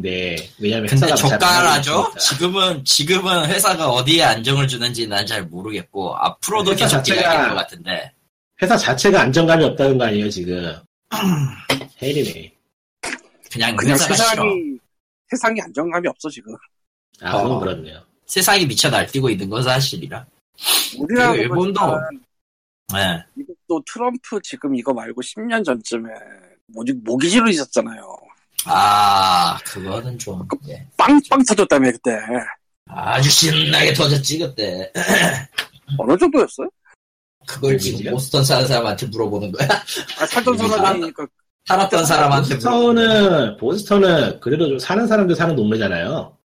왜냐면 근데 네, 회사가 잘 저가라죠? 만들어지니까. 지금은 지금은 회사가 어디에 안정을 주는지 난 잘 모르겠고 앞으로도 네, 회사 계속 자체가- 얘기할 것 같은데 회사 자체가 안정감이 없다는 거 아니에요, 지금. 헬이네. 그냥, 그냥 회사가 예, 싫어. 세상이, 세상이 안정감이 없어, 지금. 아, 그건 어. 그렇네요. 세상이 미쳐 날뛰고 있는 건 사실이라. 우리나라 그리고 일본도. 네. 이것도 트럼프 지금 이거 말고 10년 전쯤에 뭐지, 모기지로 있었잖아요. 아 그거는 좀 예. 빵빵 터졌다며, 그때. 아주 신나게 터졌지 그때. 어느 정도였어요? 그걸 지금 모기지요? 보스턴 사는 사람한테 물어보는 거야? 아, 살던 모기지. 사람이니까 살았던 사람한테 물어보는 거야? 보스턴은, 보스턴은 그래도 좀 사는 사람들 사는 동네잖아요.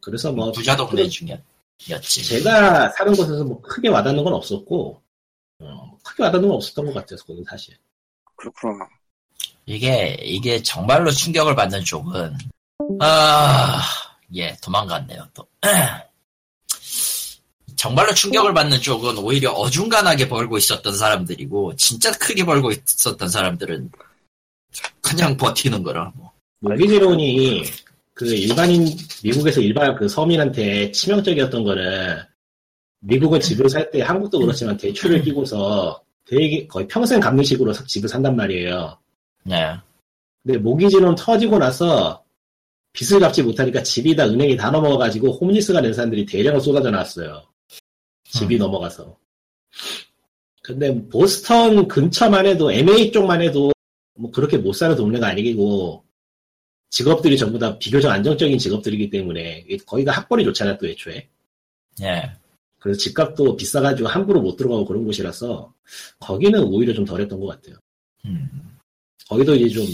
그래서 뭐, 부자 동네 중이었지. 제가 사는 곳에서 뭐 크게 와닿는 건 없었고, 어, 크게 와닿는 건 없었던 것 같아서, 그건 사실. 그렇구나. 이게 이게 정말로 충격을 받는 쪽은 아 예 도망갔네요 또. 정말로 충격을 받는 쪽은 오히려 어중간하게 벌고 있었던 사람들이고 진짜 크게 벌고 있었던 사람들은 그냥 버티는 거라 뭐. 모기지론이 그 일반인, 미국에서 일반 그 서민한테 치명적이었던 거는, 미국은 집을 살 때 한국도 그렇지만 대출을 끼고서 되게 거의 평생 갚는 식으로 집을 산단 말이에요. 네. 근데 모기지론 터지고 나서 빚을 갚지 못하니까 집이다 은행이 다 넘어가가지고 홈리스가 된 사람들이 대량을 쏟아져 나왔어요. 집이 넘어가서. 근데 보스턴 근처만 해도 MA 쪽만 해도 뭐 그렇게 못 사는 동네가 아니고 직업들이 전부 다 비교적 안정적인 직업들이기 때문에 거기가 학벌이 좋잖아요 또 애초에. 예. 그래서 집값도 비싸가지고 함부로 못 들어가고 그런 곳이라서 거기는 오히려 좀 덜했던 것 같아요. 음. 거기도 이제 좀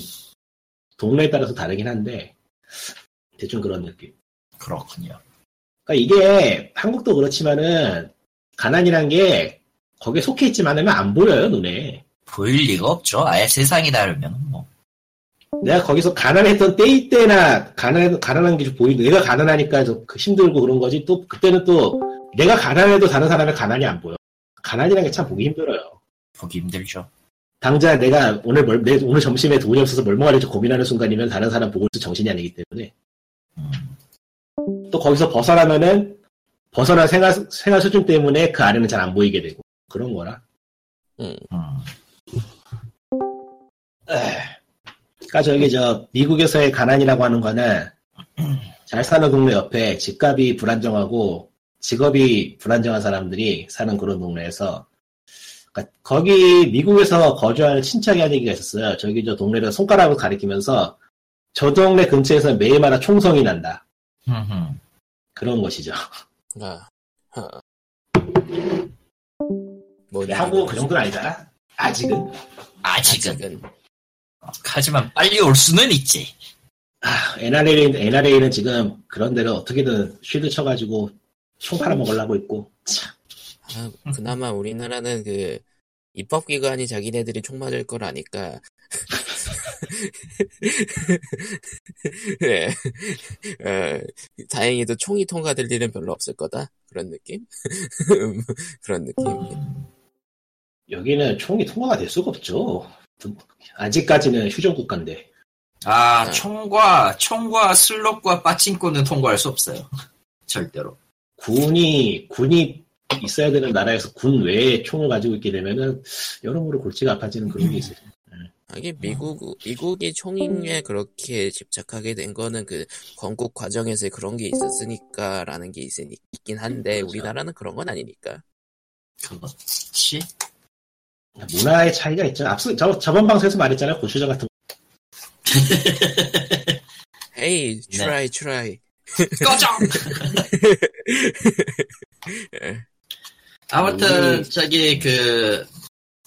동네에 따라서 다르긴 한데 대충 그런 느낌. 그렇군요. 그러니까 이게 한국도 그렇지만은 가난이란 게 거기에 속해 있지만 하면 안 보여요 눈에. 보일 리가 없죠. 아예 세상이 다르면 뭐. 내가 거기서 가난했던 때이 때나 가난 가난한 게좀 보이고 내가 가난하니까 좀 힘들고 그런 거지 또 그때는 또 내가 가난해도 다른 사람의 가난이 안 보여. 가난이란 게 참 보기 힘들어요. 보기 힘들죠. 당장 내가 오늘 멀, 내 오늘 점심에 돈이 없어서 멀쩡할지 고민하는 순간이면 다른 사람 보고 있을 정신이 아니기 때문에 음. 또 거기서 벗어나면은 벗어난 생활, 생활 수준 때문에 그 아래는 잘 안 보이게 되고 그런 거라 음. 그러니까 저기 저 미국에서의 가난이라고 하는 거는 잘 사는 동네 옆에 집값이 불안정하고 직업이 불안정한 사람들이 사는 그런 동네에서 그러니까 거기 미국에서 거주하는 친척이 한 얘기가 있었어요 저기 저 동네를 손가락으로 가리키면서 저 동네 근처에서 매일마다 총성이 난다 흠흠. 그런 것이죠 아, 하. 뭐, 근데 한국은 네, 그 정도는 아니잖아 아직은 아직은. 아직은. 하지만 빨리 올 수는 있지. 아, NRA는, NRA는 지금 그런 데를 어떻게든 쉴드 쳐가지고 총 팔아먹으려고 있고. 참. 음. 아, 그나마 우리나라는 그 입법기관이 자기네들이 총 맞을 걸 아니까. 네. 어, 다행히도 총이 통과될 일은 별로 없을 거다. 그런 느낌? 음, 그런 느낌. 여기는 총이 통과가 될 수가 없죠. 아직까지는 휴전국가인데. 아, 네. 총과, 총과 슬롯과 빠친코는 통과할 수 없어요. 절대로. 군이, 군이 있어야 되는 나라에서 군 외에 총을 가지고 있게 되면은 여러모로 골치가 아파지는 그런 게 있어요. 아. 하긴 미국 미국이 총에 그렇게 집착하게 된 거는 그 건국 과정에서 그런 게 있었으니까라는 게 있, 있긴 한데 그렇죠. 우리나라는 그런 건 아니니까. 그렇지? 문화의 차이가 있죠. 앞서, 저, 저번 방송에서 말했잖아요. 고추장 같은 네. 헤이 트라이 트라이. 꺼져! 아무튼 저기 그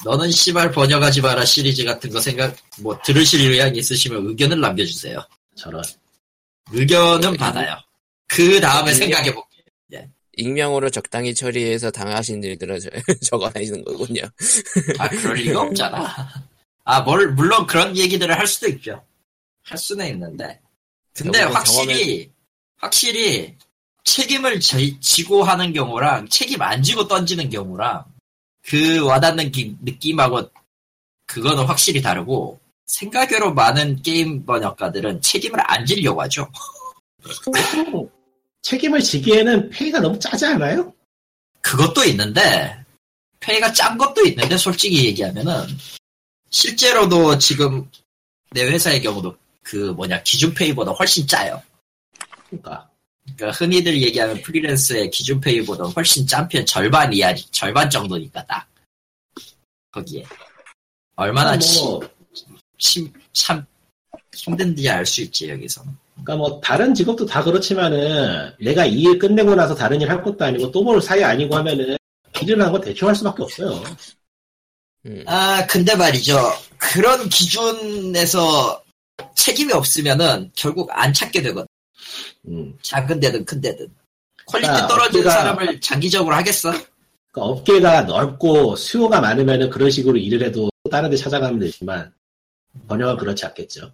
너는 씨발 번역하지 마라 시리즈 같은 거 생각 뭐 들으실 의향이 있으시면 의견을 남겨주세요. 저런. 의견은 받아요. 그 다음에 생각해 볼게요. 익명으로 적당히 처리해서 당하신 일들은 저- 적어내시는 거군요. 아 그럴 리가 없잖아. 아 뭘, 물론 그런 얘기들을 할 수도 있죠. 할 수는 있는데. 근데 결국은 확실히 확실히 책임을 지, 지고 하는 경우랑 책임 안 지고 던지는 경우랑 그 와닿는 기- 느낌하고 그거는 확실히 다르고 생각외로 많은 게임 번역가들은 책임을 안 지려고 하죠. 보통 책임을 지기에는 페이가 너무 짜지 않아요? 그것도 있는데 페이가 짠 것도 있는데 솔직히 얘기하면은 실제로도 지금 내 회사의 경우도 그 뭐냐 기준 페이보다 훨씬 짜요. 그러니까. 그러니까 흔히들 얘기하는 프리랜서의 기준 페이보다 훨씬 짠 편 절반 이하 절반 정도니까 딱 거기에 얼마나 치- 뭐, 침- 참 힘든지 알 수 있지 여기서는 그러니까 뭐 다른 직업도 다 그렇지만은 내가 이 일 끝내고 나서 다른 일 할 것도 아니고 또 뭘 사이 아니고 하면은 기준한 거 대충 할 수밖에 없어요. 음. 아, 근데 말이죠. 그런 기준에서 책임이 없으면은 결국 안 찾게 되거든. 음. 작은 데든 큰 데든. 그러니까 퀄리티 아, 떨어지는 제가- 사람을 장기적으로 하겠어? 그러니까 업계가 넓고 수요가 많으면은 그런 식으로 일을 해도 또 다른 데 찾아가면 되지만 번역은 그렇지 않겠죠.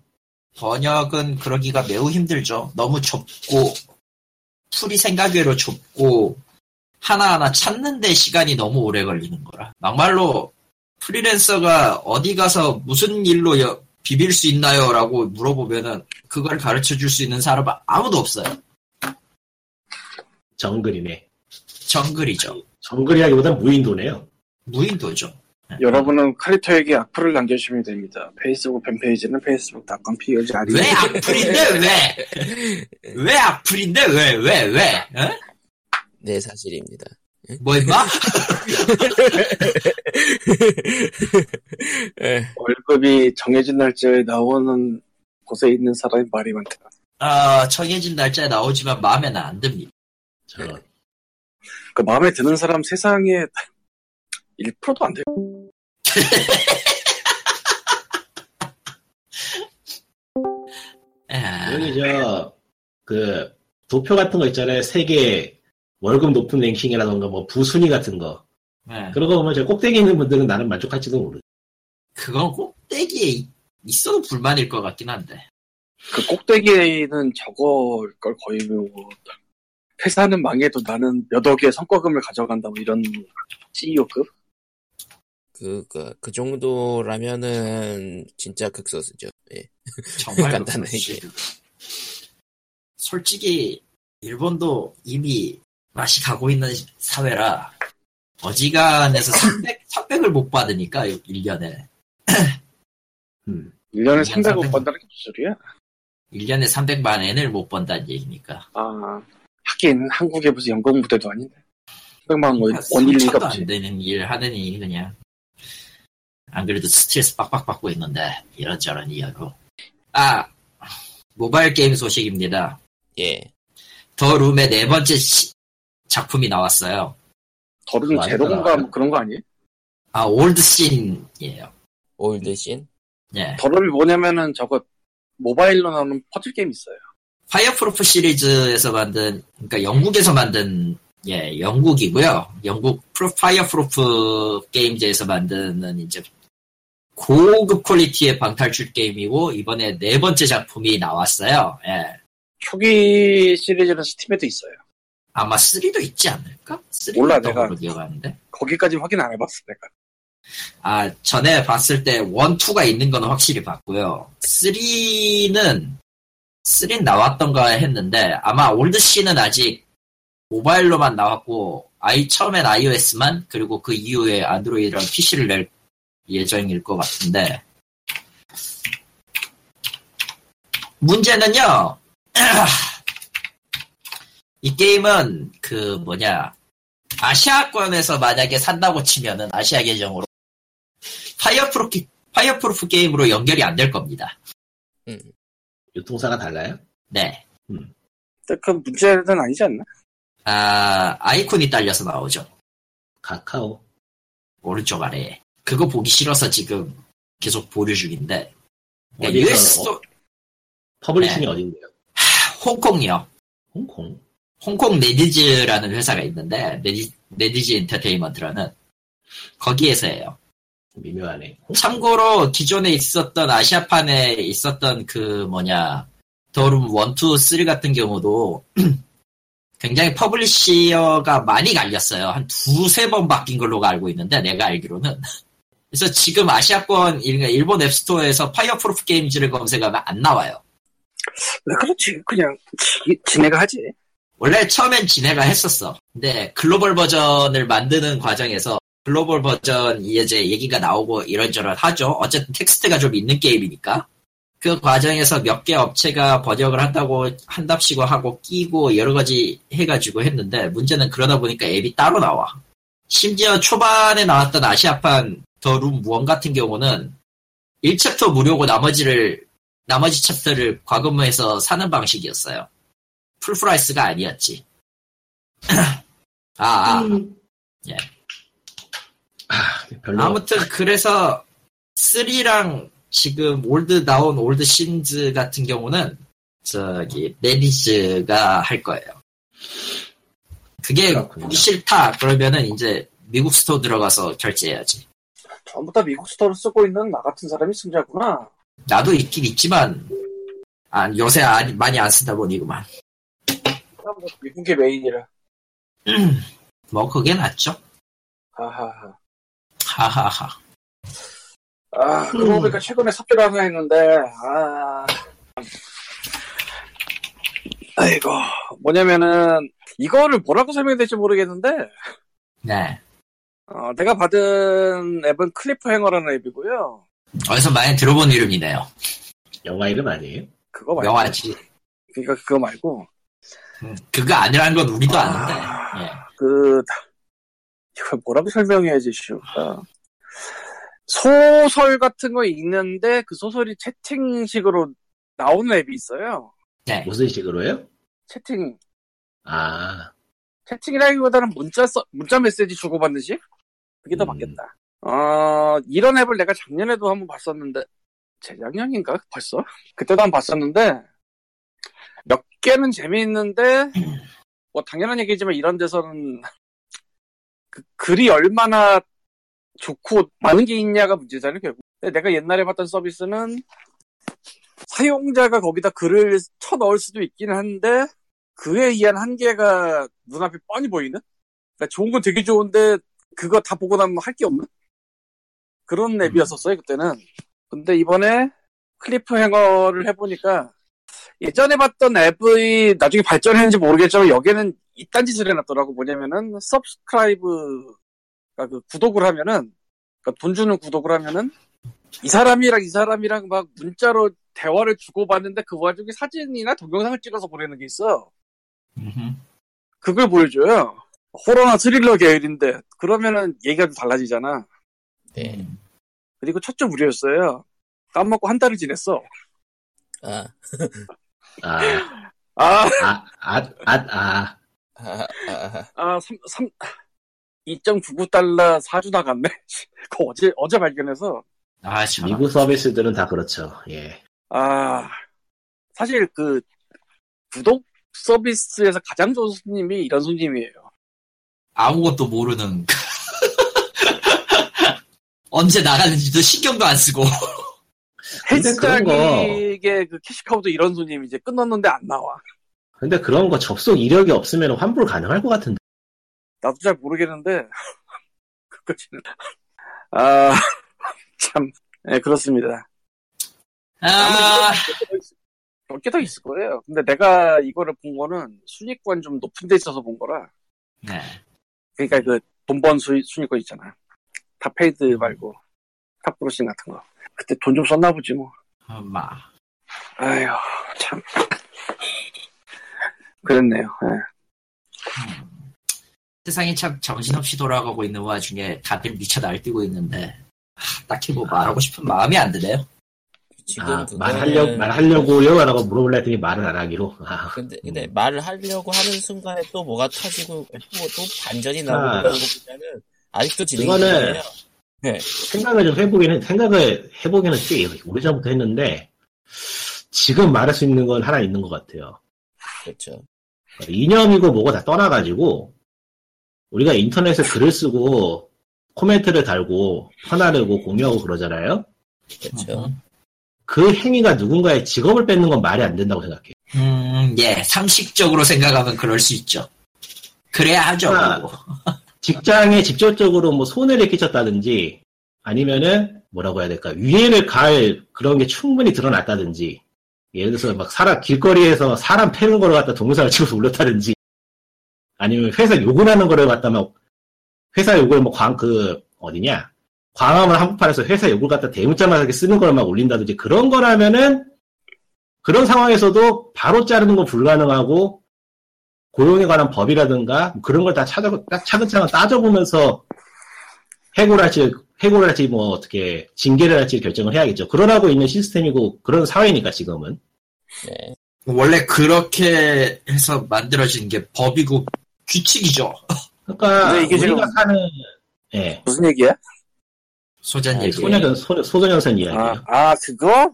번역은 그러기가 매우 힘들죠. 너무 좁고, 풀이 생각외로 좁고, 하나하나 찾는데 시간이 너무 오래 걸리는 거라. 막말로, 프리랜서가 어디 가서 무슨 일로 여- 비빌 수 있나요? 라고 물어보면은, 그걸 가르쳐 줄 수 있는 사람은 아무도 없어요. 정글이네. 정글이죠. 정글이라기보단 무인도네요. 무인도죠. 네. 여러분은 카리터에게 악플을 남겨주시면 됩니다. 페이스북 팬페이지는 facebook.com pog r 왜 악플인데 왜? 왜 악플인데 왜? 왜? 왜? 어? 네, 사실입니다. 뭐 임마? 예. 월급이 정해진 날짜에 나오는 곳에 있는 사람이 말이 많다. 아, 정해진 날짜에 나오지만 마음에는 안 듭니다. 저런. 그 마음에 드는 사람 세상에 1%도 안 돼요. 에, 여기 저그 도표 같은 거 있잖아요. 세계 월급 높은 랭킹이라던가 뭐 부순위 같은 거. 에, 그런 거 보면 저 꼭대기 있는 분들은 나는 만족할지도 모르죠. 그건 꼭대기에 이- 있어도 불만일 것 같긴 한데. 그 꼭대기에는 저걸 걸 거의 배우고 회사는 망해도 나는 몇 억의 성과금을 가져간다 뭐 이런 E CEO급? 그, 그, 그 정도라면은 진짜 극소수죠. 예. 정말 간단해, 그렇지. 솔직히 일본도 이미 맛이 가고 있는 사회라 어지간해서 300, 300을 못 받으니까 1년에 음. 1년에 그냥 300억 삼백. 번다는 게 무슨 소리야? 1년에 300만 엔을 못 번다는 얘기니까. 아, 하긴 한국에 무슨 연금 부대도 아닌데. 300만 아, 원 원일리가 삼천도 안 없지. 되는 일 하느니 그냥. 안 그래도 스트레스 빡빡 받고 있는데 이런저런 이유로. 아 모바일 게임 소식입니다. 예. 더 룸의 네 번째 시- 작품이 나왔어요. 더는 맞아. 제로인가 뭐 그런 거 아니에요? 아 올드 씬이에요. 올드신? 예. 더럽이 뭐냐면은 저거 모바일로 나오는 퍼즐 게임 있어요. 파이어프로프 시리즈에서 만든 그러니까 영국에서 만든 예 영국이고요. 영국 프로 파이어프로프 게임즈에서 만드는 이제 고급 퀄리티의 방탈출 게임이고 이번에 네 번째 작품이 나왔어요. 예. 초기 시리즈는 스팀에도 있어요. 아마 3도 있지 않을까? 3도 몰라, 있다고 내가. 기억하는데. 거기까지 확인 안 해봤어 내가. 아, 전에 봤을 때 1, 2가 있는 건 확실히 봤고요. 3는 3 나왔던가 했는데 아마 올드 씨는 아직 모바일로만 나왔고 아이 처음엔 iOS만 그리고 그 이후에 안드로이드랑 PC를 낼 예정일 것 같은데 문제는요. 이 게임은 그 뭐냐 아시아권에서 만약에 산다고 치면은 아시아 계정으로 파이어프로프 파이어프로프 게임으로 연결이 안 될 겁니다. 유통사가 달라요? 네. 근데 그 문제는 아니지 않나? 아, 아이콘이 딸려서 나오죠. 카카오. 오른쪽 아래. 그거 보기 싫어서 지금 계속 보류 중인데. 그러니까 어디서? US 도 퍼블리싱이 네. 어딘데요? 홍콩이요. 홍콩. 홍콩 네디즈라는 회사가 있는데 네디, 네디즈 엔터테인먼트라는 거기에서 해요. 미묘하네. 홍콩? 참고로 기존에 있었던 아시아판에 있었던 그 뭐냐 더룸 1, 2, 3 같은 경우도 굉장히 퍼블리셔가 많이 갈렸어요. 한 두세 번 바뀐 걸로 알고 있는데 내가 알기로는 그래서 지금 아시아권 그러니까 일본 앱스토어에서 파이어프루프 게임즈를 검색하면 안 나와요. 왜 그렇지? 그냥 지, 지네가 하지. 원래 처음엔 지네가 했었어. 근데 글로벌 버전을 만드는 과정에서 글로벌 버전 이제 얘기가 나오고 이런저런 하죠. 어쨌든 텍스트가 좀 있는 게임이니까. 그 과정에서 몇 개 업체가 번역을 한다고 한답시고 하고 끼고 여러 가지 해가지고 했는데 문제는 그러다 보니까 앱이 따로 나와. 심지어 초반에 나왔던 아시아판 더 룸 무언 같은 경우는 1챕터 무료고 나머지를 나머지 챕터를 과금해서 사는 방식이었어요. 풀프라이스가 아니었지. 아, 아. 음. 별로. 아무튼 그래서 3랑 지금 올드 나온 올드 신즈 같은 경우는 저기 네디즈가 할 거예요. 그게 그렇군요. 보기 싫다 그러면은 이제 미국 스토어 들어가서 결제해야지. 전부 다 미국 스토어를 쓰고 있는 나 같은 사람이 승자구나. 나도 있긴 있지만 아, 요새 안- 많이 안 쓰다 보니구만. 아, 뭐 미국의 메인이라. 뭐 그게 낫죠. 하하하. 하하하. 아, 그러고 보니까 최근에 삽질 하나 했는데, 아. 아이고. 뭐냐면은, 이거를 뭐라고 설명해야 될지 모르겠는데, 네. 어, 내가 받은 앱은 클리프행어라는 앱이고요. 어디서 많이 들어본 이름이네요. 영화 이름 아니에요? 그거 말고. 그러니까 영화지. 그니까 그거 말고, 음, 그거 아니라는 건 우리도 아는데. 아. 예. 그, 이걸 뭐라고 설명해야지, 씨. 아. 소설 같은 거 있는데, 그 소설이 채팅식으로 나오는 앱이 있어요. 네. 무슨 식으로요? 채팅. 아, 채팅이라기보다는 문자 써, 문자 메시지 주고받는 식? 그게 더 음. 맞겠다. 어, 이런 앱을 내가 작년에도 한번 봤었는데, 재작년인가? 벌써? 그때도 한번 봤었는데, 몇 개는 재미있는데, 뭐, 당연한 얘기지만 이런 데서는, 그 글이 얼마나 좋고 많은 게 있냐가 문제잖아요, 결국. 근데 내가 옛날에 봤던 서비스는, 사용자가 거기다 글을 쳐 넣을 수도 있긴 한데, 그에 의한 한계가 눈앞에 뻔히 보이는? 그러니까 좋은 건 되게 좋은데 그거 다 보고 나면 할 게 없는? 그런 앱이었었어요 그때는 근데 이번에 클리프행어를 해보니까 예전에 봤던 앱이 나중에 발전했는지 모르겠지만 여기는 이딴 짓을 해놨더라고 뭐냐면은 서브스크라이브 그러니까 그 구독을 하면은 그러니까 돈 주는 구독을 하면은 이 사람이랑 이 사람이랑 막 문자로 대화를 주고받는데 그 와중에 사진이나 동영상을 찍어서 보내는 게 있어 음흠. 그걸 보여줘요. 호러나 스릴러 계열인데 그러면은 얘기가 좀 달라지잖아. 음. 네. 그리고 첫째 무료였어요. 까먹고 한 달을 지냈어. 아, 아, 아, 아, 아, 아, 아. 아, 아, 아. 아, 3, 3, 2.99달러 4주 나갔네. 그거 어제, 어제 발견해서. 아, 참. 미국 서비스들은 다 그렇죠. 예. 아, 사실 그 구독 서비스에서 가장 좋은 손님이 이런 손님이에요. 아무것도 모르는. 언제 나가는지도 신경도 안 쓰고. 근데 그런 거- 헬스장에게 그 캐시카우도 이런 손님이 이제 끊었는데 안 나와. 근데 그런 거 접속 이력이 없으면 환불 가능할 것 같은데. 나도 잘 모르겠는데 그거지는 아참 네, 그렇습니다. 아, 몇 개 더 있을 거예요. 근데 내가 이거를 본 거는 순위권 좀 높은 데 있어서 본 거라. 네. 그러니까 그 돈번 순위, 순위권 있잖아. 다 페이드 음. 말고 탑브로싱 같은 거. 그때 돈 좀 썼나 보지 뭐. 엄마. 아휴 참 그랬네요. 예. 세상이 참 정신없이 돌아가고 있는 와중에 다들 미쳐 날뛰고 있는데, 하, 딱히 뭐 말하고 싶은 마음이 안 드네요. 지금 아, 그거는- 말하려고, 말하려고요? 라고 물어볼라 했더니 말은 안 하기로. 아, 근데, 근데 음. 말을 하려고 하는 순간에 또 뭐가 터지고 또, 또 반전이 아. 나오고 그런 것보다는 아직도 진행 그거는- 중이에요. 생각을 좀 해보기는 생각을 해보기는 꽤 오래전부터 했는데 지금 말할 수 있는 건 하나 있는 것 같아요. 그렇죠. 이념이고 뭐고 다 떠나가지고 우리가 인터넷에 글을 쓰고 코멘트를 달고 퍼나르고 공유하고 그러잖아요. 그렇죠. 음. 그 행위가 누군가의 직업을 뺏는 건 말이 안 된다고 생각해. 음, 예, 상식적으로 생각하면 그럴 수 있죠. 그래야 하죠. 아. 그거. 직장에 직접적으로 뭐 손해를 끼쳤다든지 아니면은 뭐라고 해야 될까 위해를 가할 그런 게 충분히 드러났다든지 예를 들어서 막 사람 길거리에서 사람 패는 거를 갖다 동영상을 찍어서 올렸다든지 아니면 회사 욕을 하는 거를 갖다 막 회사 욕을 뭐광그 어디냐 광화문 한복판에서 회사 욕을 갖다 대문짝만하게 쓰는 걸 막 올린다든지 그런 거라면은 그런 상황에서도 바로 자르는 건 불가능하고 고용에 관한 법이라든가 그런 걸 다 찾아 딱 차근차근 따져보면서 해고를 할지 해고를 할지 뭐 어떻게 징계를 할지 결정을 해야겠죠. 그러라고 있는 시스템이고 그런 사회니까 지금은 네. 원래 그렇게 해서 만들어진 게 법이고 규칙이죠. 그러니까 근데 이게 우리가 지금- 사는 예 무슨 얘기야? 소전 네, 얘기. 소년 소, 소소년선 이야기예요. 아, 아 그거?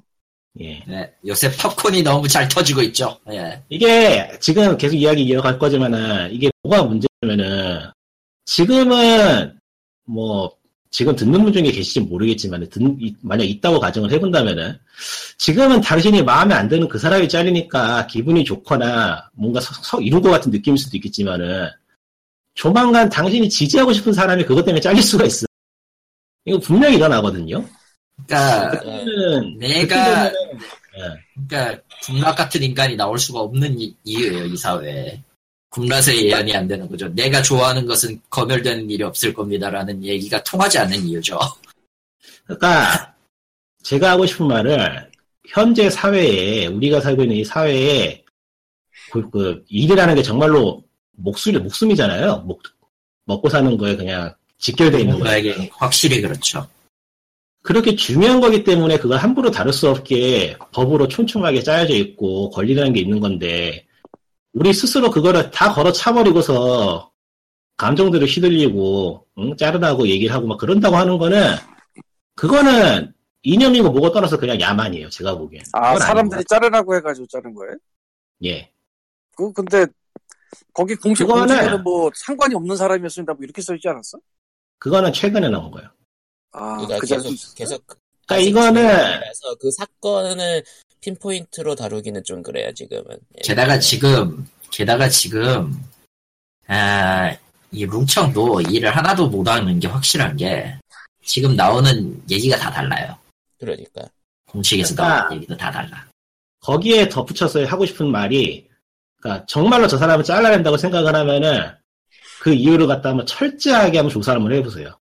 예. 네, 요새 팝콘이 너무 잘 터지고 있죠. 예. 이게 지금 계속 이야기 이어갈 거지만은 이게 뭐가 문제냐면은 지금은 뭐 지금 듣는 분 중에 계실지 모르겠지만 만약 있다고 가정을 해본다면은 지금은 당신이 마음에 안 드는 그 사람이 잘리니까 기분이 좋거나 뭔가 서, 서 이룬 것 같은 느낌일 수도 있겠지만은 조만간 당신이 지지하고 싶은 사람이 그것 때문에 잘릴 수가 있어. 이거 분명히 일어나거든요. 그러니까 네. 그때는 내가- 그때는- 예. 그러니까 굶락 같은 인간이 나올 수가 없는 이- 이유예요 이 사회에 굶락의 예언이 안 되는 거죠 내가 좋아하는 것은 검열되는 일이 없을 겁니다라는 얘기가 통하지 않는 이유죠 그러니까 제가 하고 싶은 말을 현재 사회에 우리가 살고 있는 이 사회에 그, 그 일이라는 게 정말로 목소리 목숨이잖아요. 먹, 먹고 사는 거에 그냥 직결돼 있는 거예요. 누군가에게 확실히 그렇죠 그렇게 중요한 거기 때문에 그걸 함부로 다룰 수 없게 법으로 촘촘하게 짜여져 있고 권리라는 게 있는 건데 우리 스스로 그거를 다 걸어 차버리고서 감정들을 휘둘리고 응? 자르다고 얘기를 하고 막 그런다고 하는 거는 그거는 이념이고 뭐고 떠나서 그냥 야만이에요 제가 보기엔 아 그건 사람들이 아닌 자르라고 해가지고 자른 거예요? 거야. 예 그 근데 거기 공식 그거는- 공지에는 뭐 상관이 없는 사람이었습니다 뭐 이렇게 써있지 않았어? 그거는 최근에 나온 거예요 그러니까 아그 계속 자리 계속 아, 그러니까 이거는 그래서 그 사건을 핀포인트로 다루기는 좀 그래요 지금은. 예. 게다가 지금 게다가 지금 아, 이 룽청도 일을 하나도 못하는 게 확실한 게 지금 나오는 얘기가 다 달라요 그러니까 공식에서 그러니까- 나오는 얘기도 다 달라 거기에 덧붙여서 하고 싶은 말이, 그러니까 정말로 저 사람을 잘라낸다고 생각을 하면은 그 이유를 갖다 한번 철저하게 한번 조사를 한번 해보세요.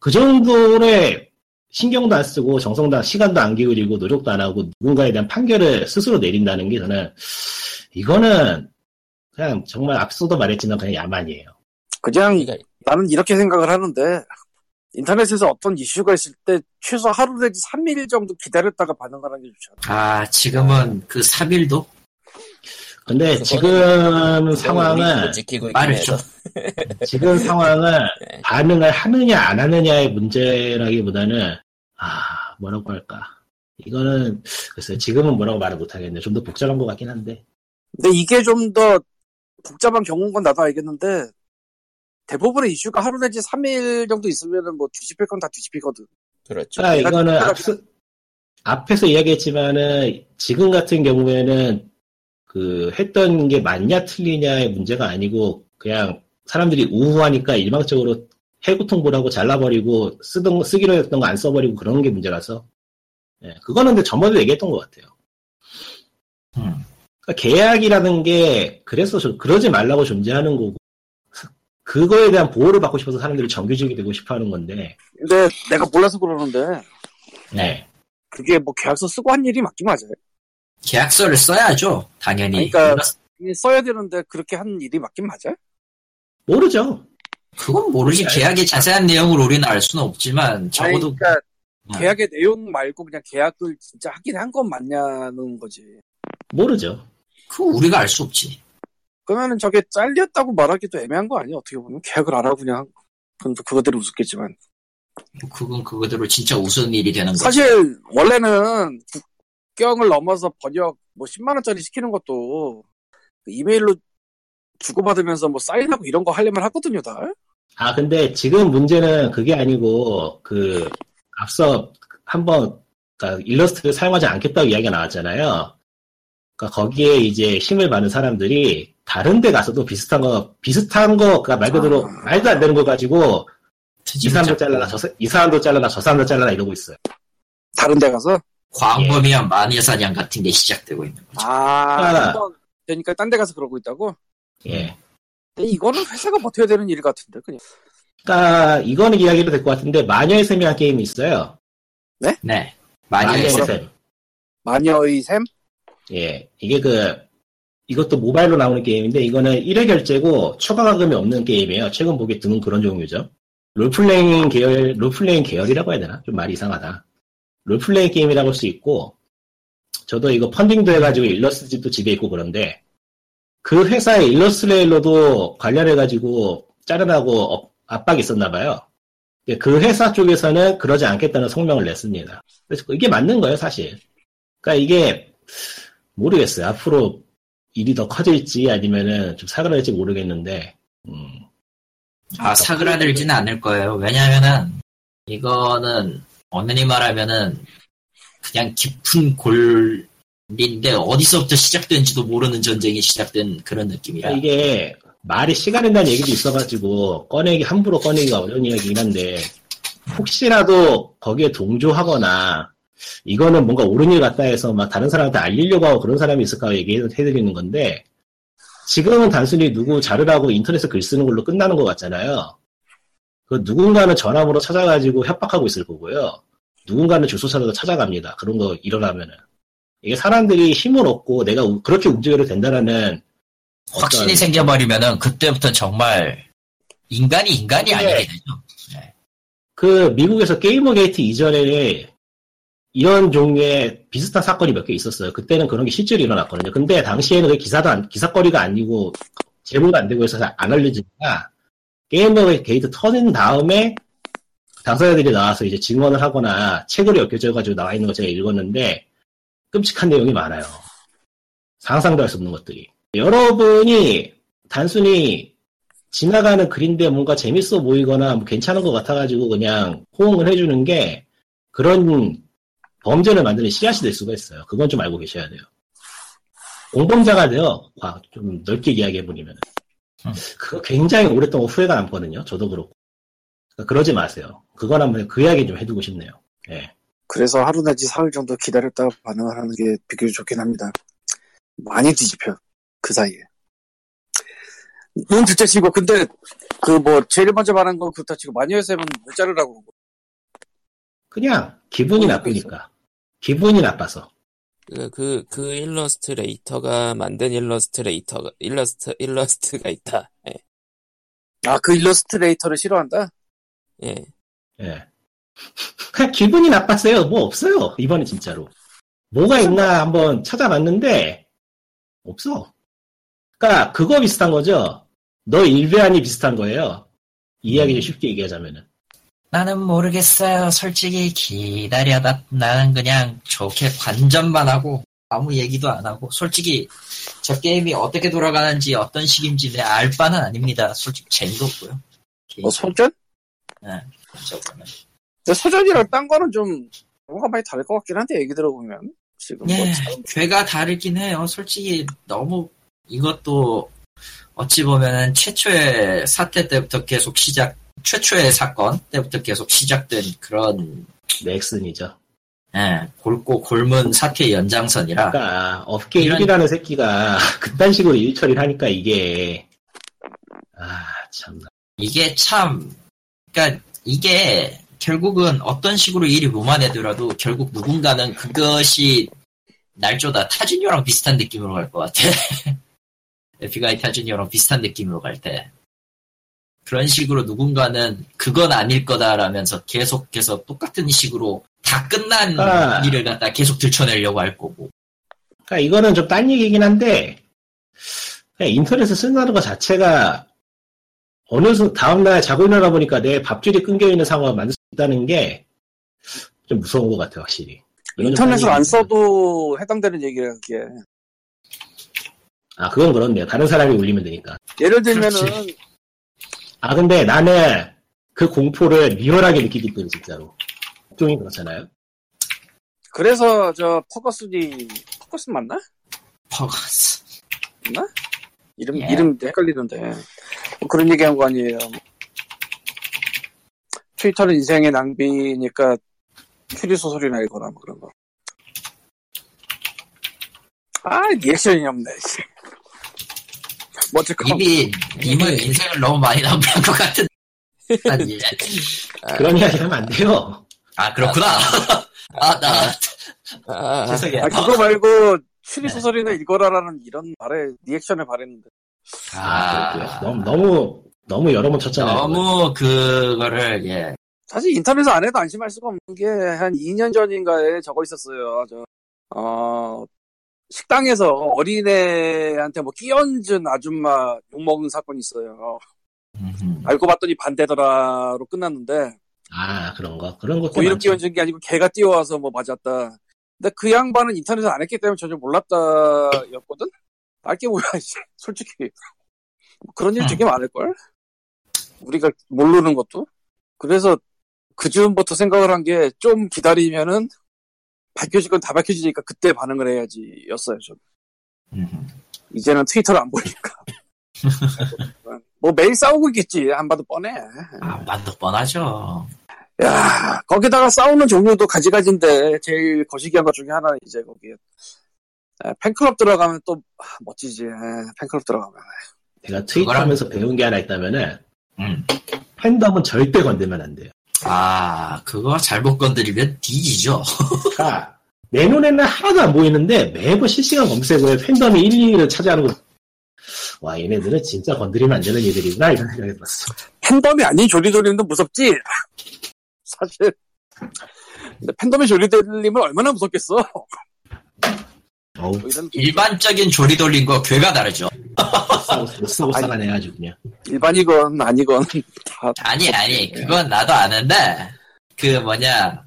그 정도의 신경도 안 쓰고 정성도 안- 시간도 안 기울이고 노력도 안 하고 누군가에 대한 판결을 스스로 내린다는 게 저는 이거는 그냥 정말 앞서도 말했지만 그냥 야만이에요. 음. 그냥 그러니까 나는 이렇게 생각을 하는데 인터넷에서 어떤 이슈가 있을 때 최소 하루 내지 3일 정도 기다렸다가 반응하는 게 좋잖아. 아 지금은 그 3일도 근데 그거는- 지금 우리도 상황은 못 지키고 있긴 말해줘 해서 지금 상황은 네. 반응을 하느냐 안 하느냐의 문제라기보다는 아 뭐라고 할까 이거는 글쎄 요 지금은 뭐라고 말을 못하겠네 좀 더 복잡한 것 같긴 한데 근데 이게 좀 더 복잡한 경우인 건 나도 알겠는데 대부분의 이슈가 하루 내지 3일 정도 있으면은 뭐 뒤집힐 건 다 뒤집히거든. 그렇죠. 그러니까 이거는 내가- 앞서, 앞에서 이야기했지만은 지금 같은 경우에는 그 했던 게 맞냐 틀리냐의 문제가 아니고 그냥 사람들이 우후하니까 일방적으로 해고 통보를 하고 잘라버리고 쓰던 쓰기로 했던 거 안 써버리고 그런 게 문제라서 예, 그거는 근데 저번에도 얘기했던 것 같아요. 음. 그러니까 계약이라는 게 그래서 저- 그러지 말라고 존재하는 거고 그거에 대한 보호를 받고 싶어서 사람들이 정규직이 되고 싶어하는 건데 근데 내가 몰라서 그러는데 네. 그게 뭐 계약서 쓰고 한 일이 맞긴 맞아요. 계약서를 써야죠 당연히 그러니까- 써야 되는데 그렇게 한 일이 맞긴 맞아? 모르죠. 그건 모르지. 계약의 자세한 내용을 우리는 알 수는 없지만 아니, 적어도 그러니까 네. 계약의 내용 말고 그냥 계약을 진짜 하긴 한 건 맞냐는 거지. 모르죠. 그거 우리가 알 수 없지. 그러면은 저게 잘렸다고 말하기도 애매한 거 아니야? 어떻게 보면 계약을 안 하고 그냥 그건 또 그거대로 우습겠지만 그건 그거대로 진짜 우스운 일이 되는 거지. 사실 원래는 국경을 넘어서 번역 뭐 10만 원짜리 시키는 것도 그 이메일로 주고받으면서 뭐 사인하고 이런 거 하려면 하거든요 다. 아, 근데 지금 문제는 그게 아니고, 그, 앞서 한번, 그러니까 일러스트를 사용하지 않겠다고 이야기가 나왔잖아요. 그러니까 거기에 이제 힘을 받는 사람들이 다른 데 가서도 비슷한 거, 비슷한 거, 그러니까 말 그대로 아. 말도 안 되는 거 가지고, 이 트집을 사람도 잡고. 잘라라, 저, 사- 이 사람도 잘라라, 저 사람도 잘라라 이러고 있어요. 다른 데 가서 예. 광범위한 마녀사냥 같은 게 시작되고 있는 거죠. 아 하나. 한번 되니까 딴 데 가서 그러고 있다고. 예. 근데 이거는 회사가 버텨야 되는 일 같은데 그냥. 그러니까, 이거는 이야기도 될 것 같은데, 마녀의 셈이라는 게임이 있어요. 네. 마녀의 마녀의 셈. 셈. 마녀의 샘? 예. 이게 그, 이것도 모바일로 나오는 게임인데, 이거는 1회 결제고, 추가 가금이 없는 게임이에요. 최근 보기 드문 그런 종류죠. 롤플레잉 계열, 롤플레잉 계열이라고 해야 되나? 좀 말이 이상하다. 롤플레잉 게임이라고 할 수 있고, 저도 이거 펀딩도 해가지고 일러스트 집도 집에 있고 그런데, 그 회사의 일러스트레일러도 관련해가지고 자르라고 업- 압박이 있었나봐요. 그 회사 쪽에서는 그러지 않겠다는 성명을 냈습니다. 그래서 이게 맞는 거예요, 사실. 그러니까 이게 모르겠어요. 앞으로 일이 더 커질지 아니면은 좀 사그라질지 모르겠는데, 음, 아, 사그라들진 않을 거예요. 왜냐면은, 이거는, 어느니 말하면은, 그냥 깊은 골인데, 어디서부터 시작된지도 모르는 전쟁이 시작된 그런 느낌이라. 그러니까 이게 말이 시간이라는 얘기도 있어가지고 꺼내기 함부로 꺼내기가 어려운 이야기긴 한데 혹시라도 거기에 동조하거나 이거는 뭔가 옳은 일 같다 해서 막 다른 사람한테 알리려고 하고 그런 사람이 있을까 얘기해드리는 건데 지금은 단순히 누구 자르라고 인터넷에 글 쓰는 걸로 끝나는 것 같잖아요. 그 누군가는 전화번호 찾아가지고 협박하고 있을 거고요. 누군가는 주소차로도 찾아갑니다. 그런 거 일어나면은 이게 사람들이 힘을 얻고 내가 우- 그렇게 움직여도 된다라는 확신이 어떤- 생겨버리면은, 그때부터 정말, 인간이 인간이 아니게 되죠. 그 미국에서 게이머 게이트 이전에 이런 종류의 비슷한 사건이 몇 개 있었어요. 그때는 그런 게 실제로 일어났거든요. 근데 당시에는 그 기사도 안- 기사거리가 아니고 제보가 안 되고 해서 안 알려지니까 게이머 게이트 터진 다음에 당사자들이 나와서 이제 증언을 하거나 책으로 엮여져가지고 나와 있는 거 제가 읽었는데 끔찍한 내용이 많아요. 상상도 할 수 없는 것들이. 여러분이 단순히 지나가는 글인데 뭔가 재밌어 보이거나 뭐 괜찮은 것 같아가지고 그냥 호응을 해주는 게 그런 범죄를 만드는 씨앗이 될 수가 있어요. 그건 좀 알고 계셔야 돼요. 공범자가 돼요. 아, 좀 넓게 이야기해보면. 음. 그거 굉장히 오랫동안 후회가 남거든요. 저도 그렇고. 그러니까 그러지 마세요. 그건 한번 그 이야기 좀 해두고 싶네요. 예. 그래서 하루 내지 사흘 정도 기다렸다가 반응을 하는 게 비교적 좋긴 합니다. 많이 뒤집혀 그 사이에. 눈 둘째치고 근데 그 뭐 제일 먼저 말한 건 그렇다 치고 마녀의 셈은 못 자르라고 그러고. 그냥 기분이 모르겠어요. 나쁘니까. 기분이 나빠서. 그, 그, 그 일러스트레이터가 만든 일러스트레이터가, 일러스트, 일러스트가 있다. 예. 아그 일러스트레이터를 싫어한다? 예. 예. 그냥 기분이 나빴어요. 뭐 없어요. 이번에 진짜로. 뭐가 있나 한번 찾아봤는데, 없어. 그니까, 러 그거 비슷한 거죠. 너 일배안이 비슷한 거예요. 이 음. 이야기 좀 쉽게 얘기하자면은. 나는 모르겠어요. 솔직히 기다려다 나는 그냥 좋게 관전만 하고 아무 얘기도 안 하고 솔직히 저 게임이 어떻게 돌아가는지 어떤 식인지 내 알 바는 아닙니다. 솔직히 재미도 없고요. 뭐 소전? 저거는. 근데 소전이랑 딴 거는 좀 뭔가 많이 다를 것 같긴 한데 얘기 들어보면 지금 뭐 예, 참- 괴가 다르긴 해요. 솔직히 너무 이것도 어찌 보면은 최초의 사태 때부터 계속 시작, 최초의 사건 때부터 계속 시작된 그런 넥슨이죠. 예, 골고 골문 사태 연장선이라 그니까, 그러니까 업계 이런- 1이라는 새끼가 그딴 식으로 일 처리를 하니까 이게, 아, 참나. 이게 참 그러니까 이게 결국은 어떤 식으로 일이 무만해더라도 결국 누군가는 그것이 날조다 타준요랑 비슷한 느낌으로 갈 것 같아 에픽아이 타준요랑 비슷한 느낌으로 갈 때 그런 식으로 누군가는 그건 아닐 거다라면서 계속해서 똑같은 식으로 다 끝난 아. 일을 갖다 계속 들춰내려고 할 거고 그러니까 이거는 좀 딴 얘기긴 한데 그냥 인터넷에 쓴다는 것 자체가 어느 순 다음날 자고 일어나 보니까 내 밥줄이 끊겨 있는 상황을 만들 수 있다는 게 좀 무서운 것 같아 확실히. 인터넷을 안 써도 해당되는 얘기예요, 그게. 아 그건 그렇네요. 다른 사람이 울리면 되니까. 예를 들면은, 그렇지. 아 근데 나는 그 공포를 리얼하게 느끼기 때문에 진짜로. 종이 그렇잖아요. 그래서저 퍼거슨이, 퍼거슨 맞나? 퍼거스. 이름, 예. 이름도 헷갈리는데. 뭐 그런 얘기 한 거 아니에요. 트위터는 인생의 낭비니까 추리소설이나 읽거나 뭐 그런 거. 아, 리액션이 없네, 씨. 뭐, 어쨌건. 입이, 님은 인생을 너무 많이 낭비한 것 같은. 아니, 그런 이야기 하면 안 돼요. 아, 그렇구나. 아, 나, 아, 아, 죄송해요. 아, 그거 말고 네. 추리소설이나 읽어라라는 이런 말에 리액션을 바랬는데. 아. 그렇고요. 너무 너무 너무 여러 번 쳤잖아요. 너무 그거를, 예. 사실 인터넷 안 해도 안심할 수가 없는 게 한 2년 전인가에 저거 있었어요. 저, 어, 식당에서 어린애한테 뭐 끼얹은 아줌마 욕먹은 사건이 있어요. 음흠. 알고 봤더니 반대더라로 끝났는데, 아 그런 거 그런 거 고의로 끼얹은 뭐 게 아니고 걔가 뛰어와서 뭐 맞았다. 근데 그 양반은 인터넷을 안 했기 때문에 전혀 몰랐다였거든? 알게 뭐야, 이제. 솔직히. 뭐 그런 일 되게 많을걸? 우리가 모르는 것도? 그래서 그 즈음부터 생각을 한 게 좀 기다리면은 밝혀질 건 다 밝혀지니까 그때 반응을 해야지 였어요, 좀. 음흠. 이제는 트위터를 안 보니까. 뭐 매일 싸우고 있겠지. 안 봐도 뻔해. 아, 반도 뻔하죠. 야, 거기다가 싸우는 종류도 가지가지인데, 제일 거시기한 것 중에 하나는 이제 거기에. 아, 팬클럽 들어가면 또, 아, 멋지지. 아, 팬클럽 들어가면. 제가 트윗하면서 배운 게 하나 있다면은 음. 팬덤은 절대 건들면 안 돼요. 아, 그거 잘못 건드리면 뒤지죠. 그러니까 내 눈에는 하나도 안 보이는데 매번 실시간 검색어에 팬덤이 1, 2위를 차지하는 거. 와 얘네들은 진짜 건드리면 안 되는 애들이구나 이런 생각이 들었어. 팬덤이 아닌 조리돌림도 무섭지? 사실. 근데 팬덤이 조리돌림은 얼마나 무섭겠어? 뭐 어우 이런 일반적인 조리 돌림과 괴가 다르죠. 싸우싸가 내가지고 그냥. 일반이건 아니건 다. 아니, 아니, 그건 나도 아는데, 그 뭐냐,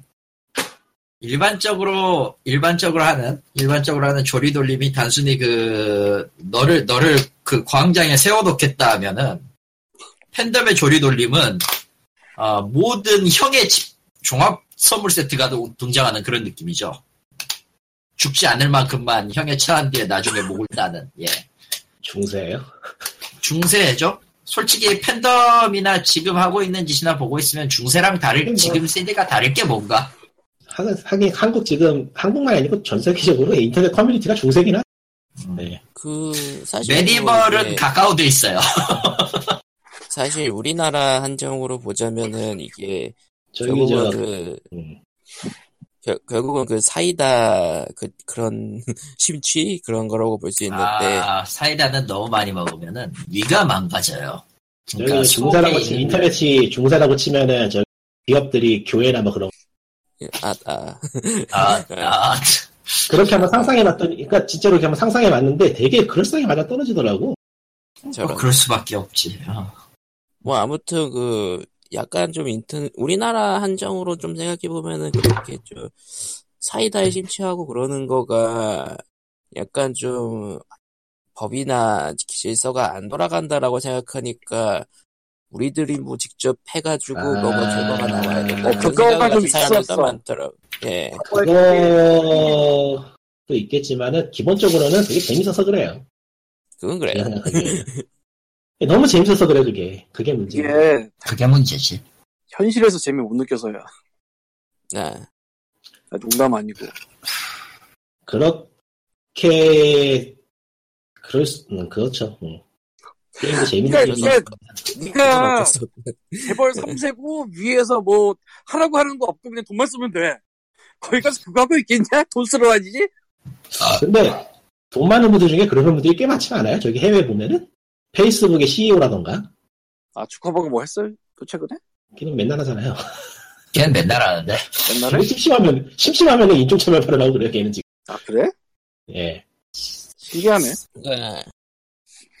일반적으로, 일반적으로 하는, 일반적으로 하는 조리 돌림이 단순히 그, 너를, 너를 그 광장에 세워놓겠다 하면은, 팬덤의 조리 돌림은, 아, 모든 형의 집- 종합 선물 세트가 도- 등장하는 그런 느낌이죠. 죽지 않을 만큼만 형에 처한 뒤에 나중에 목을 따는, 예. 중세예요. 중세죠. 솔직히 팬덤이나 지금 하고 있는 짓이나 보고 있으면 중세랑 다를 지금 세대가 다를 게 뭔가. 하긴, 하긴 한국 지금 한국만 아니고 전 세계적으로 인터넷 커뮤니티가 중세긴 하. 네. 그 사실 매니멀은 뭐 이게 가까워져 있어요. 사실 우리나라 한정으로 보자면은 이게 저기 결국은 저뭐 그 음, 결, 결국은 그 사이다 그 그런 심취 그런 거라고 볼 수 있는데 아 사이다는 너무 많이 먹으면은 위가 망가져요. 그러니까 저기 중세라고 치, 소개인- 인터넷이 중세라고 치면은 저 기업들이 교회나 뭐 그런 아, 아. 아, 아, 그렇게 한번 상상해봤더니 그러니까 진짜로 이렇게 한번 상상해봤는데 되게 그럴싸하게 맞아 떨어지더라고. 뭐 저런. 그럴 수밖에 없지. 어. 뭐 아무튼 그 약간 좀 인턴 우리나라 한정으로 좀 생각해 보면은 그렇게 좀 사이다에 심취하고 그러는 거가 약간 좀 법이나 질서가 안 돌아간다라고 생각하니까 우리들이 뭐 직접 해가지고 아. 뭐가 결과가 나와야 된다. 어, 그런 그거가 생각을 좀 가진 사람들도 있었어. 많더라고. 예. 네. 그거도 있겠지만은 기본적으로는 되게 재밌어서 그래요. 그건 그래요. 제가 생각하기에는. 너무 재밌어서 그래 그게 그게 문제. 예요 이게 그게 문제지. 현실에서 재미 못 느껴서야. 예. 아, 농담 아니고. 그렇게 그럴 수 음, 그렇죠. 음. 게임도 재밌는 그러니까 이게 아, 그건 네가 어쩔 수 없- 재벌 3세고 위에서 뭐 하라고 하는 거 없고 그냥 돈만 쓰면 돼. 거기 가서 그거 하고 있겠냐? 돈 쓰러 다니지? 아, 근데 돈 많은 분들 중에 그런 분들이 꽤 많지 않아요? 저기 해외 보면은 페이스북의 E CEO라던가 아 주커버그 뭐 했어요? 또 최근에? 걔는 맨날 하잖아요. 걔는 맨날 하는데. 음. 옛날에? 심심하면 심심하면 인종차별 발언하고 그래요. 걔는 지금. 아 그래? 예. 신기하네. 아,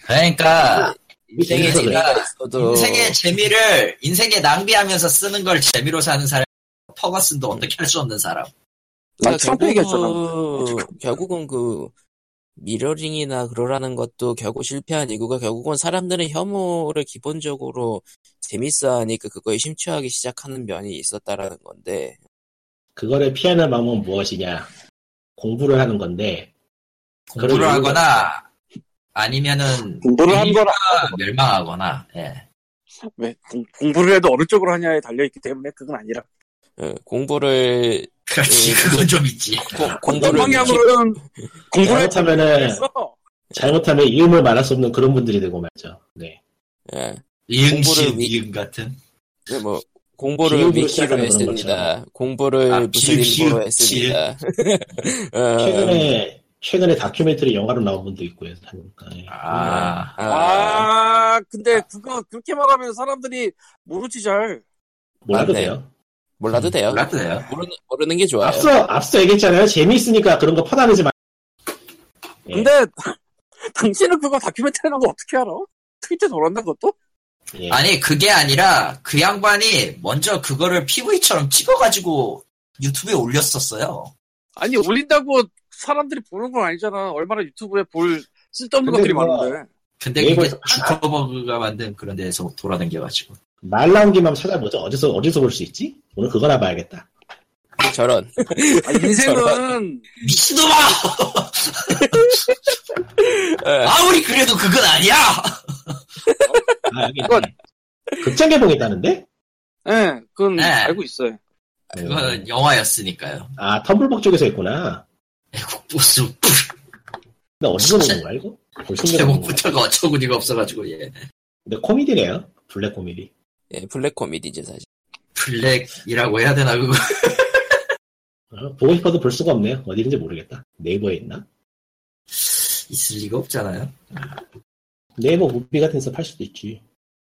그러니까 인생의 그래서 재미가 있어도 인생의 재미를 인생에 낭비하면서 쓰는 걸 재미로 사는 사람 퍼거슨도 어떻게 할 수 없는 사람 그러니까 난 트럼프 아, 뭐 결국은, 결국은 그 미러링이나 그러라는 것도 결국 실패한 이유가 결국은 사람들은 혐오를 기본적으로 재밌어하니까 그거에 심취하기 시작하는 면이 있었다라는 건데 그거를 피하는 방법은 무엇이냐? 공부를 하는 건데 공부를 그런 하거나 아니면은 공부를 한 거라 멸망하거나 예. 왜 공- 공부를 해도 어느 쪽으로 하냐에 달려 있기 때문에 그건 아니라 어, 공부를 예, 그렇지 음. 그건 좀 있지 고- 어떤 공부를 아, 네. 방향으로는 공부를 해도 잘못하면은 있어. 잘못하면 이음을 말할 수 없는 그런 분들이 되고 말죠. 네. 예, 이응신 위- 이응 같은 그뭐 공부를 기억으로 위키로 시작하는 그런 했습니다. 공부를 아, 무슨 기억, 일보로 기억, 했습니다. 아. 어, 최근에 최근에 다큐멘터리 영화로 나온 분도 있고요. 하니까. 예. 아 아, 아 근데 그거 그렇게 말하면 사람들이 모르지 잘 몰라도 맞네요. 돼요. 몰라도 돼요. 몰라도 돼요 모르는, 모르는 게 좋아요. 앞서 앞서 얘기했잖아요. 재미있으니까 그런 거 퍼다니지 마. 네. 예. 근데 당신은 그거 다큐멘터리 나온 거 어떻게 알아? 트위터 돌았나 그것도? 예. 아니 그게 아니라 그 양반이 먼저 그거를 PV처럼 찍어가지고 유튜브에 올렸었어요 아니 올린다고 사람들이 보는 건 아니잖아 얼마나 유튜브에 볼 쓸데없는 뭐, 근데 것들이 그거- 많은데 근데 그게 네이버에서 주커버그가 만든 그런 데에서 돌아다녀가지고 말 나온 김에 한번 찾아보자. 어디서 어디서 볼 수 있지? 오늘 그거나 봐야겠다. 저런. 아, 인생은 음. 미친놈아! 예. 아무리 그래도 그건 아니야! 아, 여기 있네. 극장 개봉했다는데? 예 그건 네. 알고 있어요 예. 그건 영화였으니까요. 아 텀블벅 쪽에서 했구나. 무슨 근데 어디서 진짜. 보는 거야 이거? 볼 생각이 없는 거야? 제목부터가 어처구니가 없어가지고 예. 근데 코미디네요. 블랙 코미디. 예, 블랙 코미디죠 사실. 블랙이라고 해야 되나 그거? 어, 보고 싶어도 볼 수가 없네요. 어디 있는지 모르겠다. 네이버에 있나? 있을 리가 없잖아요. 네이버 무비 같은 데서 팔 수도 있지.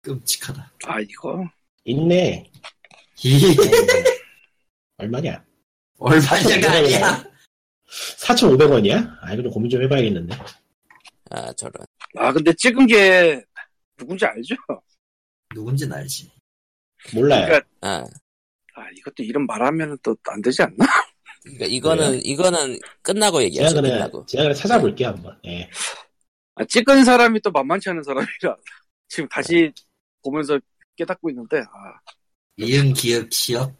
끔찍하다. 아 이거 있네. 이 얼마냐? 얼마냐가 아니야. 4,500원이야? 아, 이거 좀 고민 좀 해봐야겠는데. 아 저런. 아 근데 찍은 게 누군지 알죠? 누군진 알지. 몰라요. 그러니까- 아 아 이것도 이름 말하면 또 안 되지 않나? 그러니까 이거는 이거는 끝나고 제가 얘기하죠. 그냥, 끝나고. 제가 그냥 찾아볼게요, 한번. 예. 아, 찍은 사람이 또 만만치 않은 사람이라 지금 다시 보면서 깨닫고 있는데 아 이응 기억 기억.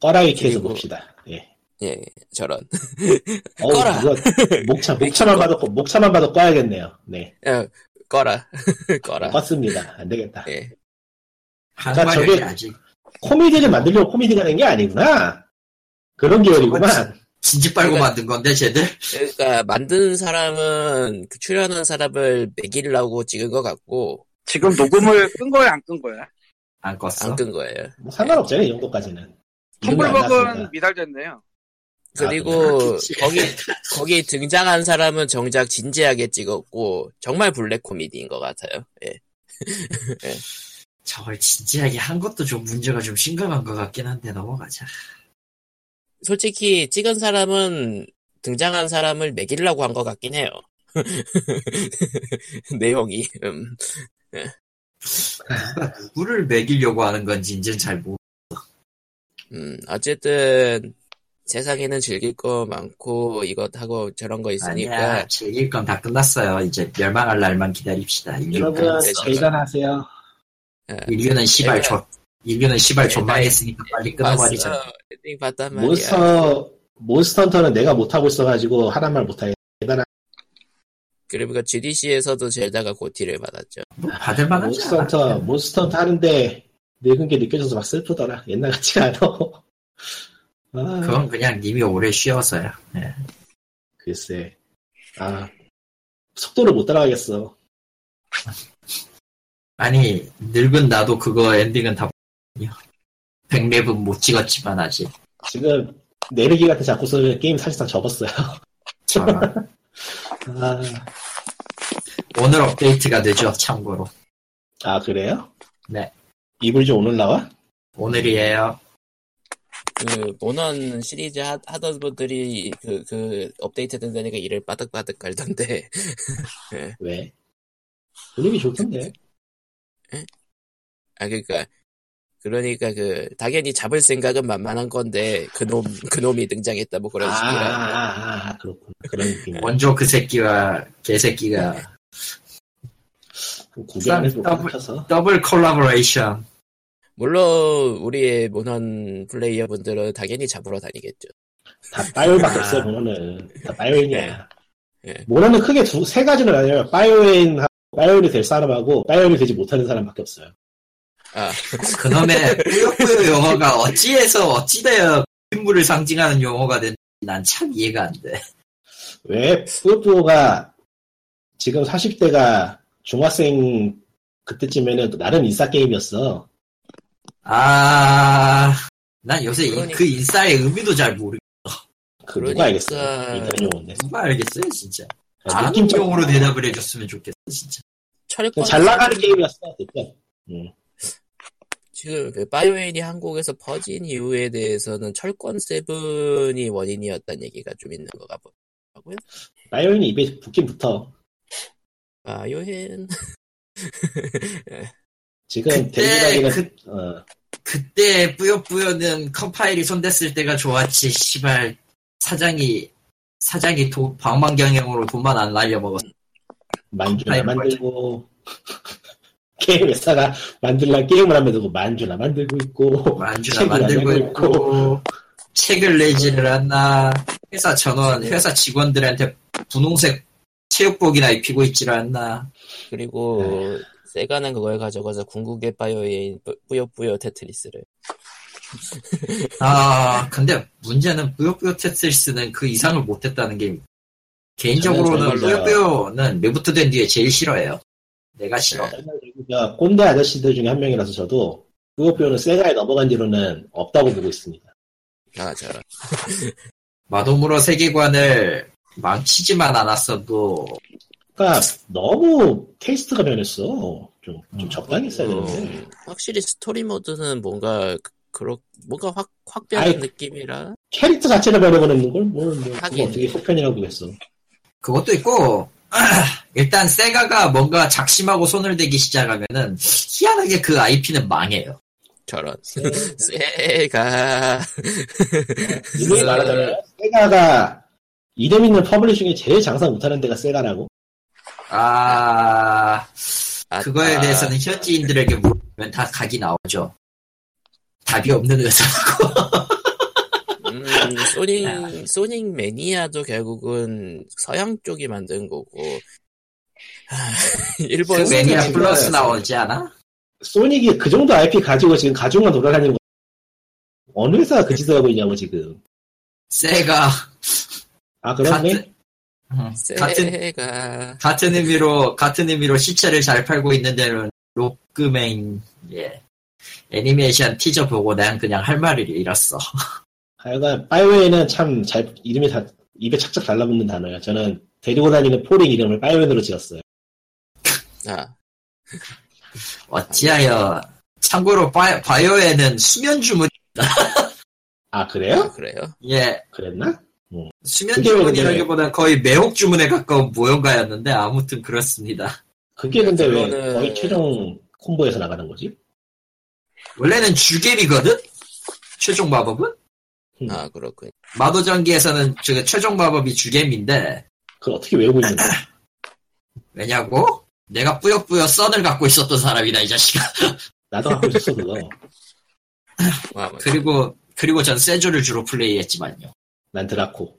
꺼라기 케이스 그리고- 봅시다. 예. 예, 저런. 어 꺼라. 이거, 목차, 목차만 봐도, 꺼- 목차만 봐도 꺼야겠네요. 네. 예, 꺼라, 꺼라. 껐습니다. 안 되겠다. 예, 한마리 저게- 아직 코미디를 만들려고 코미디가 된 게 아니구나. 그런 계열이구만. 진지 빨고 그러니까- 만든 건데 쟤들. 그러니까 만든 사람은 그 출연한 사람을 매기려고 찍은 것 같고 지금 녹음을 끈 거야 안 끈 거야? 안 안 껐어. 끈 거예요. 뭐 상관없잖아요, 이 정도까지는. 이름이 텀블벅은 안 나왔으니까. 미달됐네요 그리고 그렇겠지. 거기 거기 등장한 사람은 정작 진지하게 찍었고 정말 블랙 코미디인 것 같아요. 예. 저걸 진지하게 한 것도 좀 문제가 좀 심각한 것 같긴 한데 넘어가자. 솔직히 찍은 사람은 등장한 사람을 매기려고 한 것 같긴 해요. 내용이 음. 누가 누구를 매기려고 하는 건지 이젠 잘 모르. 음, 어쨌든 세상에는 즐길 거 많고 이것하고 저런 거 있으니까 아니야, 즐길 건 다 끝났어요. 이제 멸망할 날만 기다립시다. 인류는 여러분, 끝났어. 절단하세요. 예. 인류는 시발 내가- 저 인류는 시발 내가 존망했으니까 빨리 끊어버리자. 봤어. 엔딩 봤단 말이야. 몬스터, 몬스터 헌터는 내가 못하고 있어가지고, 하란 말 못하겠 그리고 GDC에서도 젤다가 고티를 받았죠. 뭐 받을 만하지 몬스터 않아. 헌터, 몬스터 헌터 하는데 늙은 게 느껴져서 막 슬프더라. 옛날 같지가 않아. 아, 그건 그냥 님이 오래 쉬어서야. 예. 글쎄. 아, 속도를 못 따라가겠어. 아니 늙은 나도 그거 엔딩은 다. 봤거든요. 백랩은 못 찍었지만 아직. 지금 내리기 같은 자꾸 쓰면 게임 사실상 접었어요. 저런. 아, 오늘 업데이트가 되죠. 참고로 아, 그래요? 네. 이불 좀 오늘 나와? 오늘이에요. 그 모넌 시리즈 하, 던 분들이 그, 그 업데이트 된다니까 이를 빠득빠득 갈던데 왜? 분위기 좋던데. 아 그러니까 그러니까 그 당연히 잡을 생각은 만만한 건데 그놈 그놈이 등장했다 뭐 아, 그런 식이라 아, 아, 그렇군. 그런 느낌. 원조 그 새끼와 개새끼가 구경해도 더블- 꽂혀서. 더블 콜라보레이션. 물론 우리의 모난 플레이어분들은 당연히 잡으러 다니겠죠. 다 바이오밖에 아. 없어요, 모노는. 다 바이오인이야. 예. 예. 모노는 크게 두, 세 가지로 나뉘어요. 바이오인, 바이오인이 될 사람하고, 바이오인이 되지 못하는 사람밖에 없어요. 아 그놈의 뿌요뿌요 용어가 어찌해서 어찌되어 인물을 상징하는 용어가 됐는지 난 참 이해가 안 돼. 왜, 뿌요뿌요가 지금 40대가 중학생 그때쯤에는 나름 인싸게임이었어. 아, 난 요새 이- 그러니까. 그 인싸의 의미도 잘 모르. 그, 그러니까. 누가 알겠어. 인간 용어인데. 누가 알겠어요, 진짜. 아, 아는 느낌적- 용어로 대답을 해줬으면 좋겠어, 진짜. 철권 잘 나가는 게임이었어, 그때. 지금 그 바이오엔이 한국에서 퍼진 이유에 대해서는 철권 세븐이 원인이었다는 얘기가 좀 있는 것 같고요. 바이오인이 입에 붙긴 붙어. 바이오엔 지금 그때 대부분이는 그 어, 그때 뿌요뿌요는 컴파일이 손댔을 때가 좋았지. 시발 사장이 사장이 도, 방망경영으로 돈만 안 날려먹었어. 만주나 아이고, 만들고 게임 회사가 만들라 게임을 하면 되고 만주나 만들고 있고 만주나 책을 안 만들고 내고 있고 책을 내지를 않나. 회사 전원, 회사 직원들한테 분홍색 체육복이나 입히고 있지를 않나. 그리고 세가는 그걸 가져가서 궁극의 바이오엔 뿌- 뿌요뿌요 테트리스를 아 근데 문제는 뿌요뿌요 테트리스는 그 이상을 못했다는 게 개인적으로는 저는 정말 뿌요뿌요는 리부트된 뒤에 제일 싫어해요. 내가 싫어. 정말 여기가 꼰대 아저씨들 중에 한 명이라서 저도 그것표는 세가에 넘어간 뒤로는 없다고 보고 있습니다. 아 저런 마도무로 세계관을 망치지만 않았어도 그러니까 너무 테이스트가 변했어. 좀, 음. 좀 적당히 써야 되는데. 음, 확실히 스토리 모드는 뭔가 그- 그렇 뭔가 확 확 아이. 변한 느낌이라 캐릭터 자체를 변해버리는 걸, 뭘, 뭐, 그거 하긴. 어떻게 속편이라고 보겠어. 음. 그것도 있고 일단 세가가 뭔가 작심하고 손을 대기 시작하면은 희한하게 그 IP는 망해요. 저런 세가 이분이 말하잖아요. 세가가 이름 있는 퍼블리싱에 제일 장사 못하는 데가 세가라고. 아 아, 그거에 아, 대해서는 현지인들에게 물으면 다 각이 나오죠. 답이 없는 의사. 음, 소닉 소닉 매니아도 결국은 서양 쪽이 만든 거고 아, 그 일본 매니아 소스가 플러스 있어요. 나오지 않아? 소닉이 그 정도 IP 가지고 지금 가중만 돌아다니는 거 어느 회사가 그 짓을 하고 있냐고 지금 세가 아 그렇네 같은 음, 같은 세가 같은 의미로 같은 의미로 시체를 잘 팔고 있는 데는 로크맨 예 애니메이션 티저 보고 난 그냥 할 말을 잃었어. 하여간 파이웨이는 참 잘 이름이 다 입에 착착 달라붙는 단어예요 저는 데리고 다니는 포링 이름을 파이웨이로 지었어요 어? 아 어찌하여 참고로 바, 바이오에는 수면 주문 아 그래요? 그래요 예 그랬나? 수면 그게 주문이라기보다 거의 매혹 주문에 가까운 무언가였는데 아무튼 그렇습니다. 그게 근데 왜 그거는- 거의 최종 콤보에서 나가는 거지? 원래는 주계리거든 최종 마법은 음. 아 그렇군 마도전기에서는 저 최종 마법이 주계미인데 그걸 어떻게 외우고 있는 거야? 왜냐고? 내가 뿌옇뿌옇 썬을 갖고 있었던 사람이다 이 자식아. 나도 갖고 있었어 그거 와, 뭐, 그리고 그리고 전 세조를 주로 플레이했지만요. 난 드라코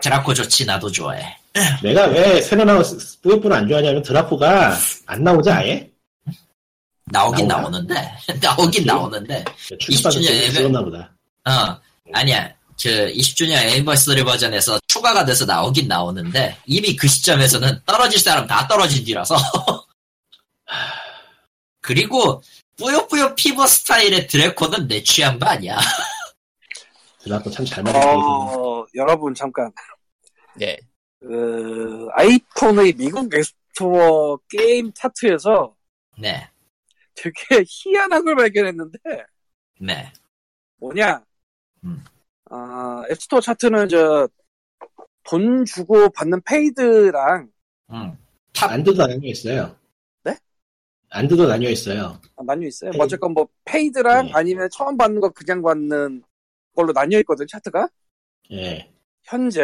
드라코 좋지 나도 좋아해. 내가 왜 새로 나온 뿌요뿌를 안 좋아하냐면 드라코가 안 나오지 아예? 나오긴 나오나? 나오는데 나오긴 나오는데 출입받은 이준혁 게 애매- 죽었나 보다 어, 아니야. 저 20주년 애니버서리 버전에서 추가가 돼서 나오긴 나오는데 이미 그 시점에서는 떨어질 사람 다 떨어진 뒤라서 그리고 뿌요뿌요 피버 스타일의 드래코는 내 취향 바 아니야. 드라코 참 잘 만든 어... 어, 여러분 잠깐 네 그 아이폰의 미국 앱스토어 게임 차트에서 네, 되게 희한한 걸 발견했는데 네, 뭐냐 음. 아, 앱스토어 차트는 저 돈 주고 받는 페이드랑 음, 안드도 안 해있어요 아. 네? 안드도 나뉘어 있어요. 아, 나뉘어 있어요. 페이드. 뭐 어쨌건 뭐 페이드랑 네. 아니면 처음 받는 거 그냥 받는 걸로 나뉘어 있거든 차트가. 예. 현재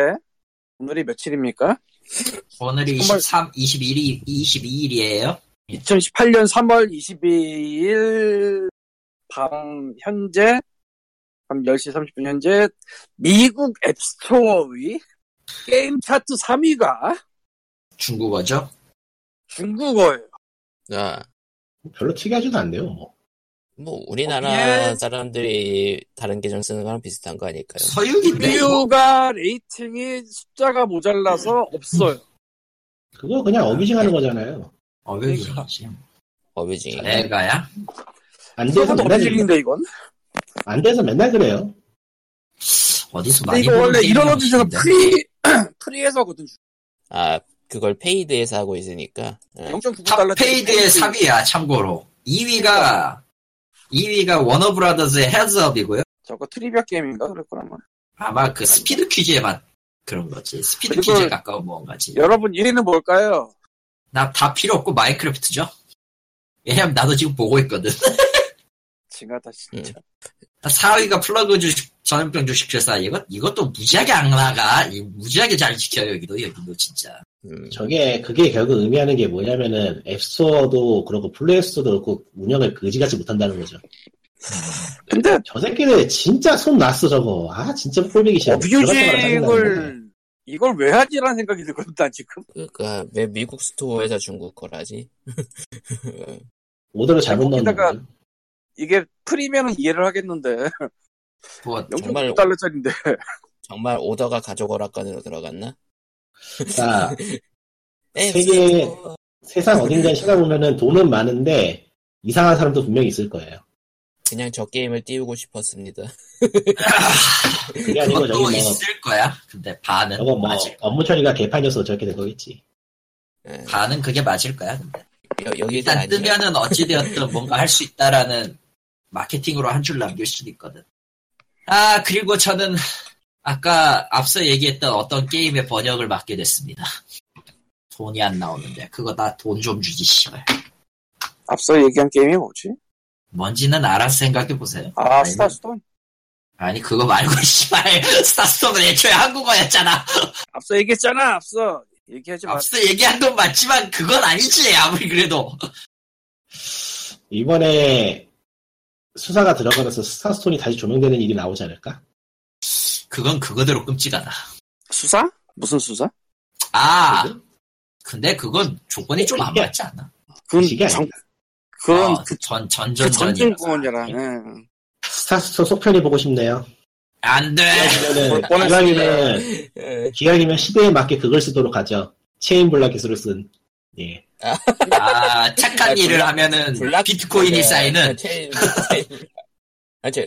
오늘이 며칠입니까? 오늘이 정말- 23, 21이, 22일이에요. 2018년 3월 22일 밤 현재 밤 10시 30분 현재 미국 앱스토어의 게임 차트 3위가 중국어죠. 중국어예요. 아, 별로 특이하지도 않네요. 뭐. 뭐 우리나라 어, 예. 사람들이 다른 계정 쓰는 거랑 비슷한 거 아닐까요? 서유기인데. 이거? 리뷰가 레이팅이 숫자가 모자라서 없어요. 그거 아, 그냥 네. 어뮤징하는 거잖아요. 어여기지. 어뷰징이. 내가야? 네. 안 돼서 이건 맨날 어질인데 이건. 안 돼서 맨날 그래요. 어디서 근데 많이 이거 원래 이런 어 어질은 프리 프리에서거든. 아, 그걸 페이드에서 하고 있으니까. 예. 어? 0.99 달러. 네. 탑페이드의 3위야, 참고로. 2위가, 2위가 워너브라더스의 헤즈업이고요. 저거 트리비아 게임인가 그랬구나. 아마. 아마 그 스피드 퀴즈에만 그런 거지. 스피드 그리고- 퀴즈에 가까운 뭔가지. 여러분 1위는 뭘까요? 나 다 필요 없고 마인크래프트죠? 왜냐면 나도 지금 보고 있거든. 징하다 진짜. 음. 4위가 플러그 주식, 전염병 주식회사. 이것, 이것도 무지하게 안 나가. 이 무지하게 잘 지켜요, 여기도, 여기도 진짜. 음, 저게 그게 결국 의미하는 게 뭐냐면은 앱스토어도 그렇고 플레이스토어도 그렇고 운영을 그지같이 못한다는 거죠. 근데 저 새끼들 진짜 손 났어 저거. 아 진짜 꼴보기 싫어. 어뷰징을 그 이걸 왜 하지라는 생각이 들거든 난 지금. 그러니까 왜 미국 스토어에서 중국 거라지? 오더를 잘못 넣은 거. 거기다가- 이게 프리면은 이해를 하겠는데 뭐, 정말- 0.9달러짜리인데 정말 오더가 가족 오락관으로 들어갔나? 그러니까 네, 세계- 스토어. 세상 어딘가에 찾아보면은 돈은 많은데 이상한 사람도 분명히 있을 거예요. 그냥 저 게임을 띄우고 싶었습니다. 그게 아니고 저기 그것도 뭐 있을 거야. 근데 반은. 저거 뭐 맞을 거야. 업무 처리가 개판이어서 저렇게 된 거겠지. 예. 반은 그게 맞을 거야, 근데. 여, 여기가 일단 아니면 뜨면은 어찌되었든 뭔가 할 수 있다라는 마케팅으로 한 줄 남길 수도 있거든. 아, 그리고 저는 아까 앞서 얘기했던 어떤 게임의 번역을 맡게 됐습니다. 돈이 안 나오는데. 그거 나 돈 좀 주지, 씨발. 앞서 얘기한 게임이 뭐지? 뭔지는 알아서 생각해보세요. 아 스타스톤. 아니, 그거 말고, 씨발. 스타스톱은 애초에 한국어였잖아. 앞서 얘기했잖아 앞서 얘기하지 마. 앞서 얘기한 건 맞지만, 그건 아니지, 아무리 그래도. 이번에 수사가 들어가면서 스타스톤이 다시 조명되는 일이 나오지 않을까? 그건 그거대로 끔찍하다. 수사? 무슨 수사? 아, 근데 그건 조건이 좀 안 맞지 않아? 그건 시계 정, 아닌가? 그건 어, 그, 전, 그 전전, 전쟁 전이라서. 구원이라. 예. 스타스톤 속편이 보고 싶네요. 안 돼! 기왕이면은- 뻔했습니다. 기왕이면 예. 기왕이면 시대에 맞게 그걸 쓰도록 하죠. 체인 블락 기술을 쓴. 예. 아, 착한 아, 네, 일을 블락- 하면은, 블락- 비트코인이 예, 쌓이는, 체인- 체인- 아, 저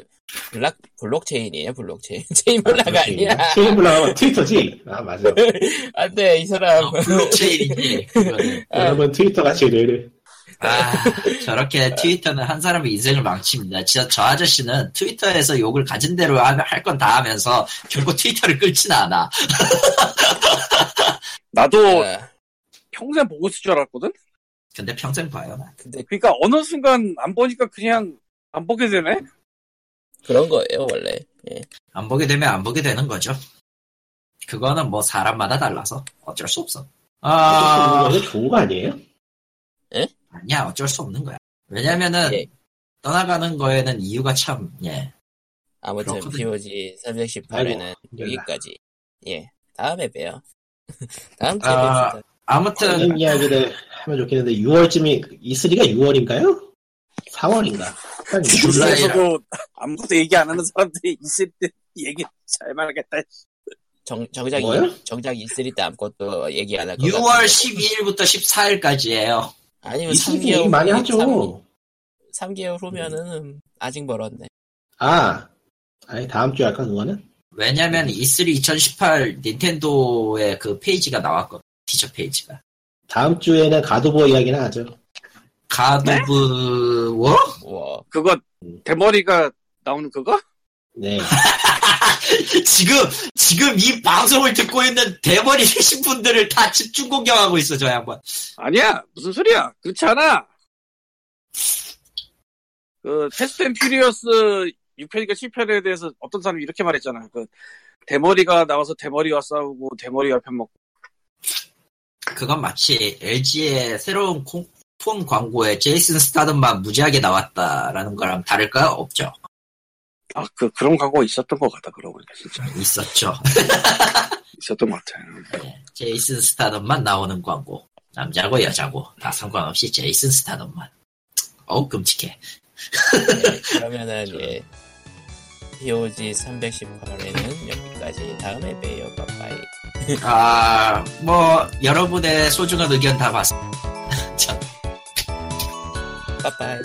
블락 블록체인이에요, 블록체인. 체인 블락 그렇지. 아니야. 체인 블락은 트위터지. 아 맞아. 안돼, 이 사람. 아, 어, 블록체인이지. 아, 그거는. 네. 여러분 트위터가 제일 아, 저렇게 트위터는 한 사람의 인생을 망칩니다. 진짜 저 아저씨는 트위터에서 욕을 가진 대로 할 건 다 하면서, 결국 트위터를 끌진 않아. 나도 뭐 아, 평생 보고 있을 줄 알았거든. 근데 평생 봐요. 나. 근데 그러니까 어느 순간 안 보니까 그냥 안 보게 되네. 그런 거예요, 원래. 안 보게 되면 안 보게 되는 거죠. 그거는 뭐 사람마다 달라서 어쩔 수 없어. 아, 네. 이거 좋은 거 아니에요? 아니야, 어쩔 수 없는 거야. 왜냐면은, 네. 예. 떠나가는 거에는 이유가 참, 예. 아무튼 그렇군요. POG 318에는 힘들다. 여기까지. 예. 다음에 봬요. 다음 주에 아, 뵙시다. 아무튼, 다른 이야기를 하면 좋겠는데 6월쯤이 E3가 6월인가요? 4월인가? 줄라- 에서도 아무것도 얘기 안 하는 사람들이 있을 때 얘기 잘 말하겠다. 정, 정작, 이, 뭐요? 정작 E3 때 아무것도 얘기 안 할 것 같아요. 6월 12일부터 14일까지예요. 아니면 E3 얘기 3개월 많이 하죠. 3, 개월 후면은 아직 멀었네. 아, 아니 다음 주에 할까 그거는? 왜냐면 E3 2018 닌텐도의 그 페이지가 나왔거든. 티저 페이지가. 다음 주에는 가드보어 이야기나 하죠. 가드 오브 워? 우와. 그거 대머리가 나오는 그거? 네. 지금 지금 이 방송을 듣고 있는 대머리 되신 분들을 다 집중 공격하고 있어 저 양반. 아니야 무슨 소리야? 그렇지 않아. 그 패스트 앤 퓨리어스 6편이니까 7편에 대해서 어떤 사람이 이렇게 말했잖아요. 그 대머리가 나와서 대머리와 싸우고 대머리와 뭐, 편먹고 그건 마치 LG의 새로운 콩- 폰 광고에 제이슨 스타덤만 무지하게 나왔다라는 거랑 다를까 없죠. 아, 그, 그런 광고가 있었던 것 같다, 그러고 보니까, 진짜. 있었죠. 있었던 것 같아요. 제이슨 스타덤만 나오는 광고. 남자고 여자고 다 상관없이 제이슨 스타덤만. 어우 끔찍해. 예, 그러면은 그렇죠. 예. POG 318에는 여기까지. 다음에 봬요. 빠빠이. 아, 뭐 여러분의 소중한 의견 다 봤어. 빠빠이.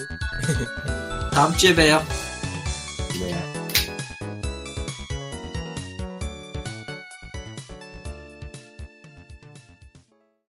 다음 주에 봬요. 네.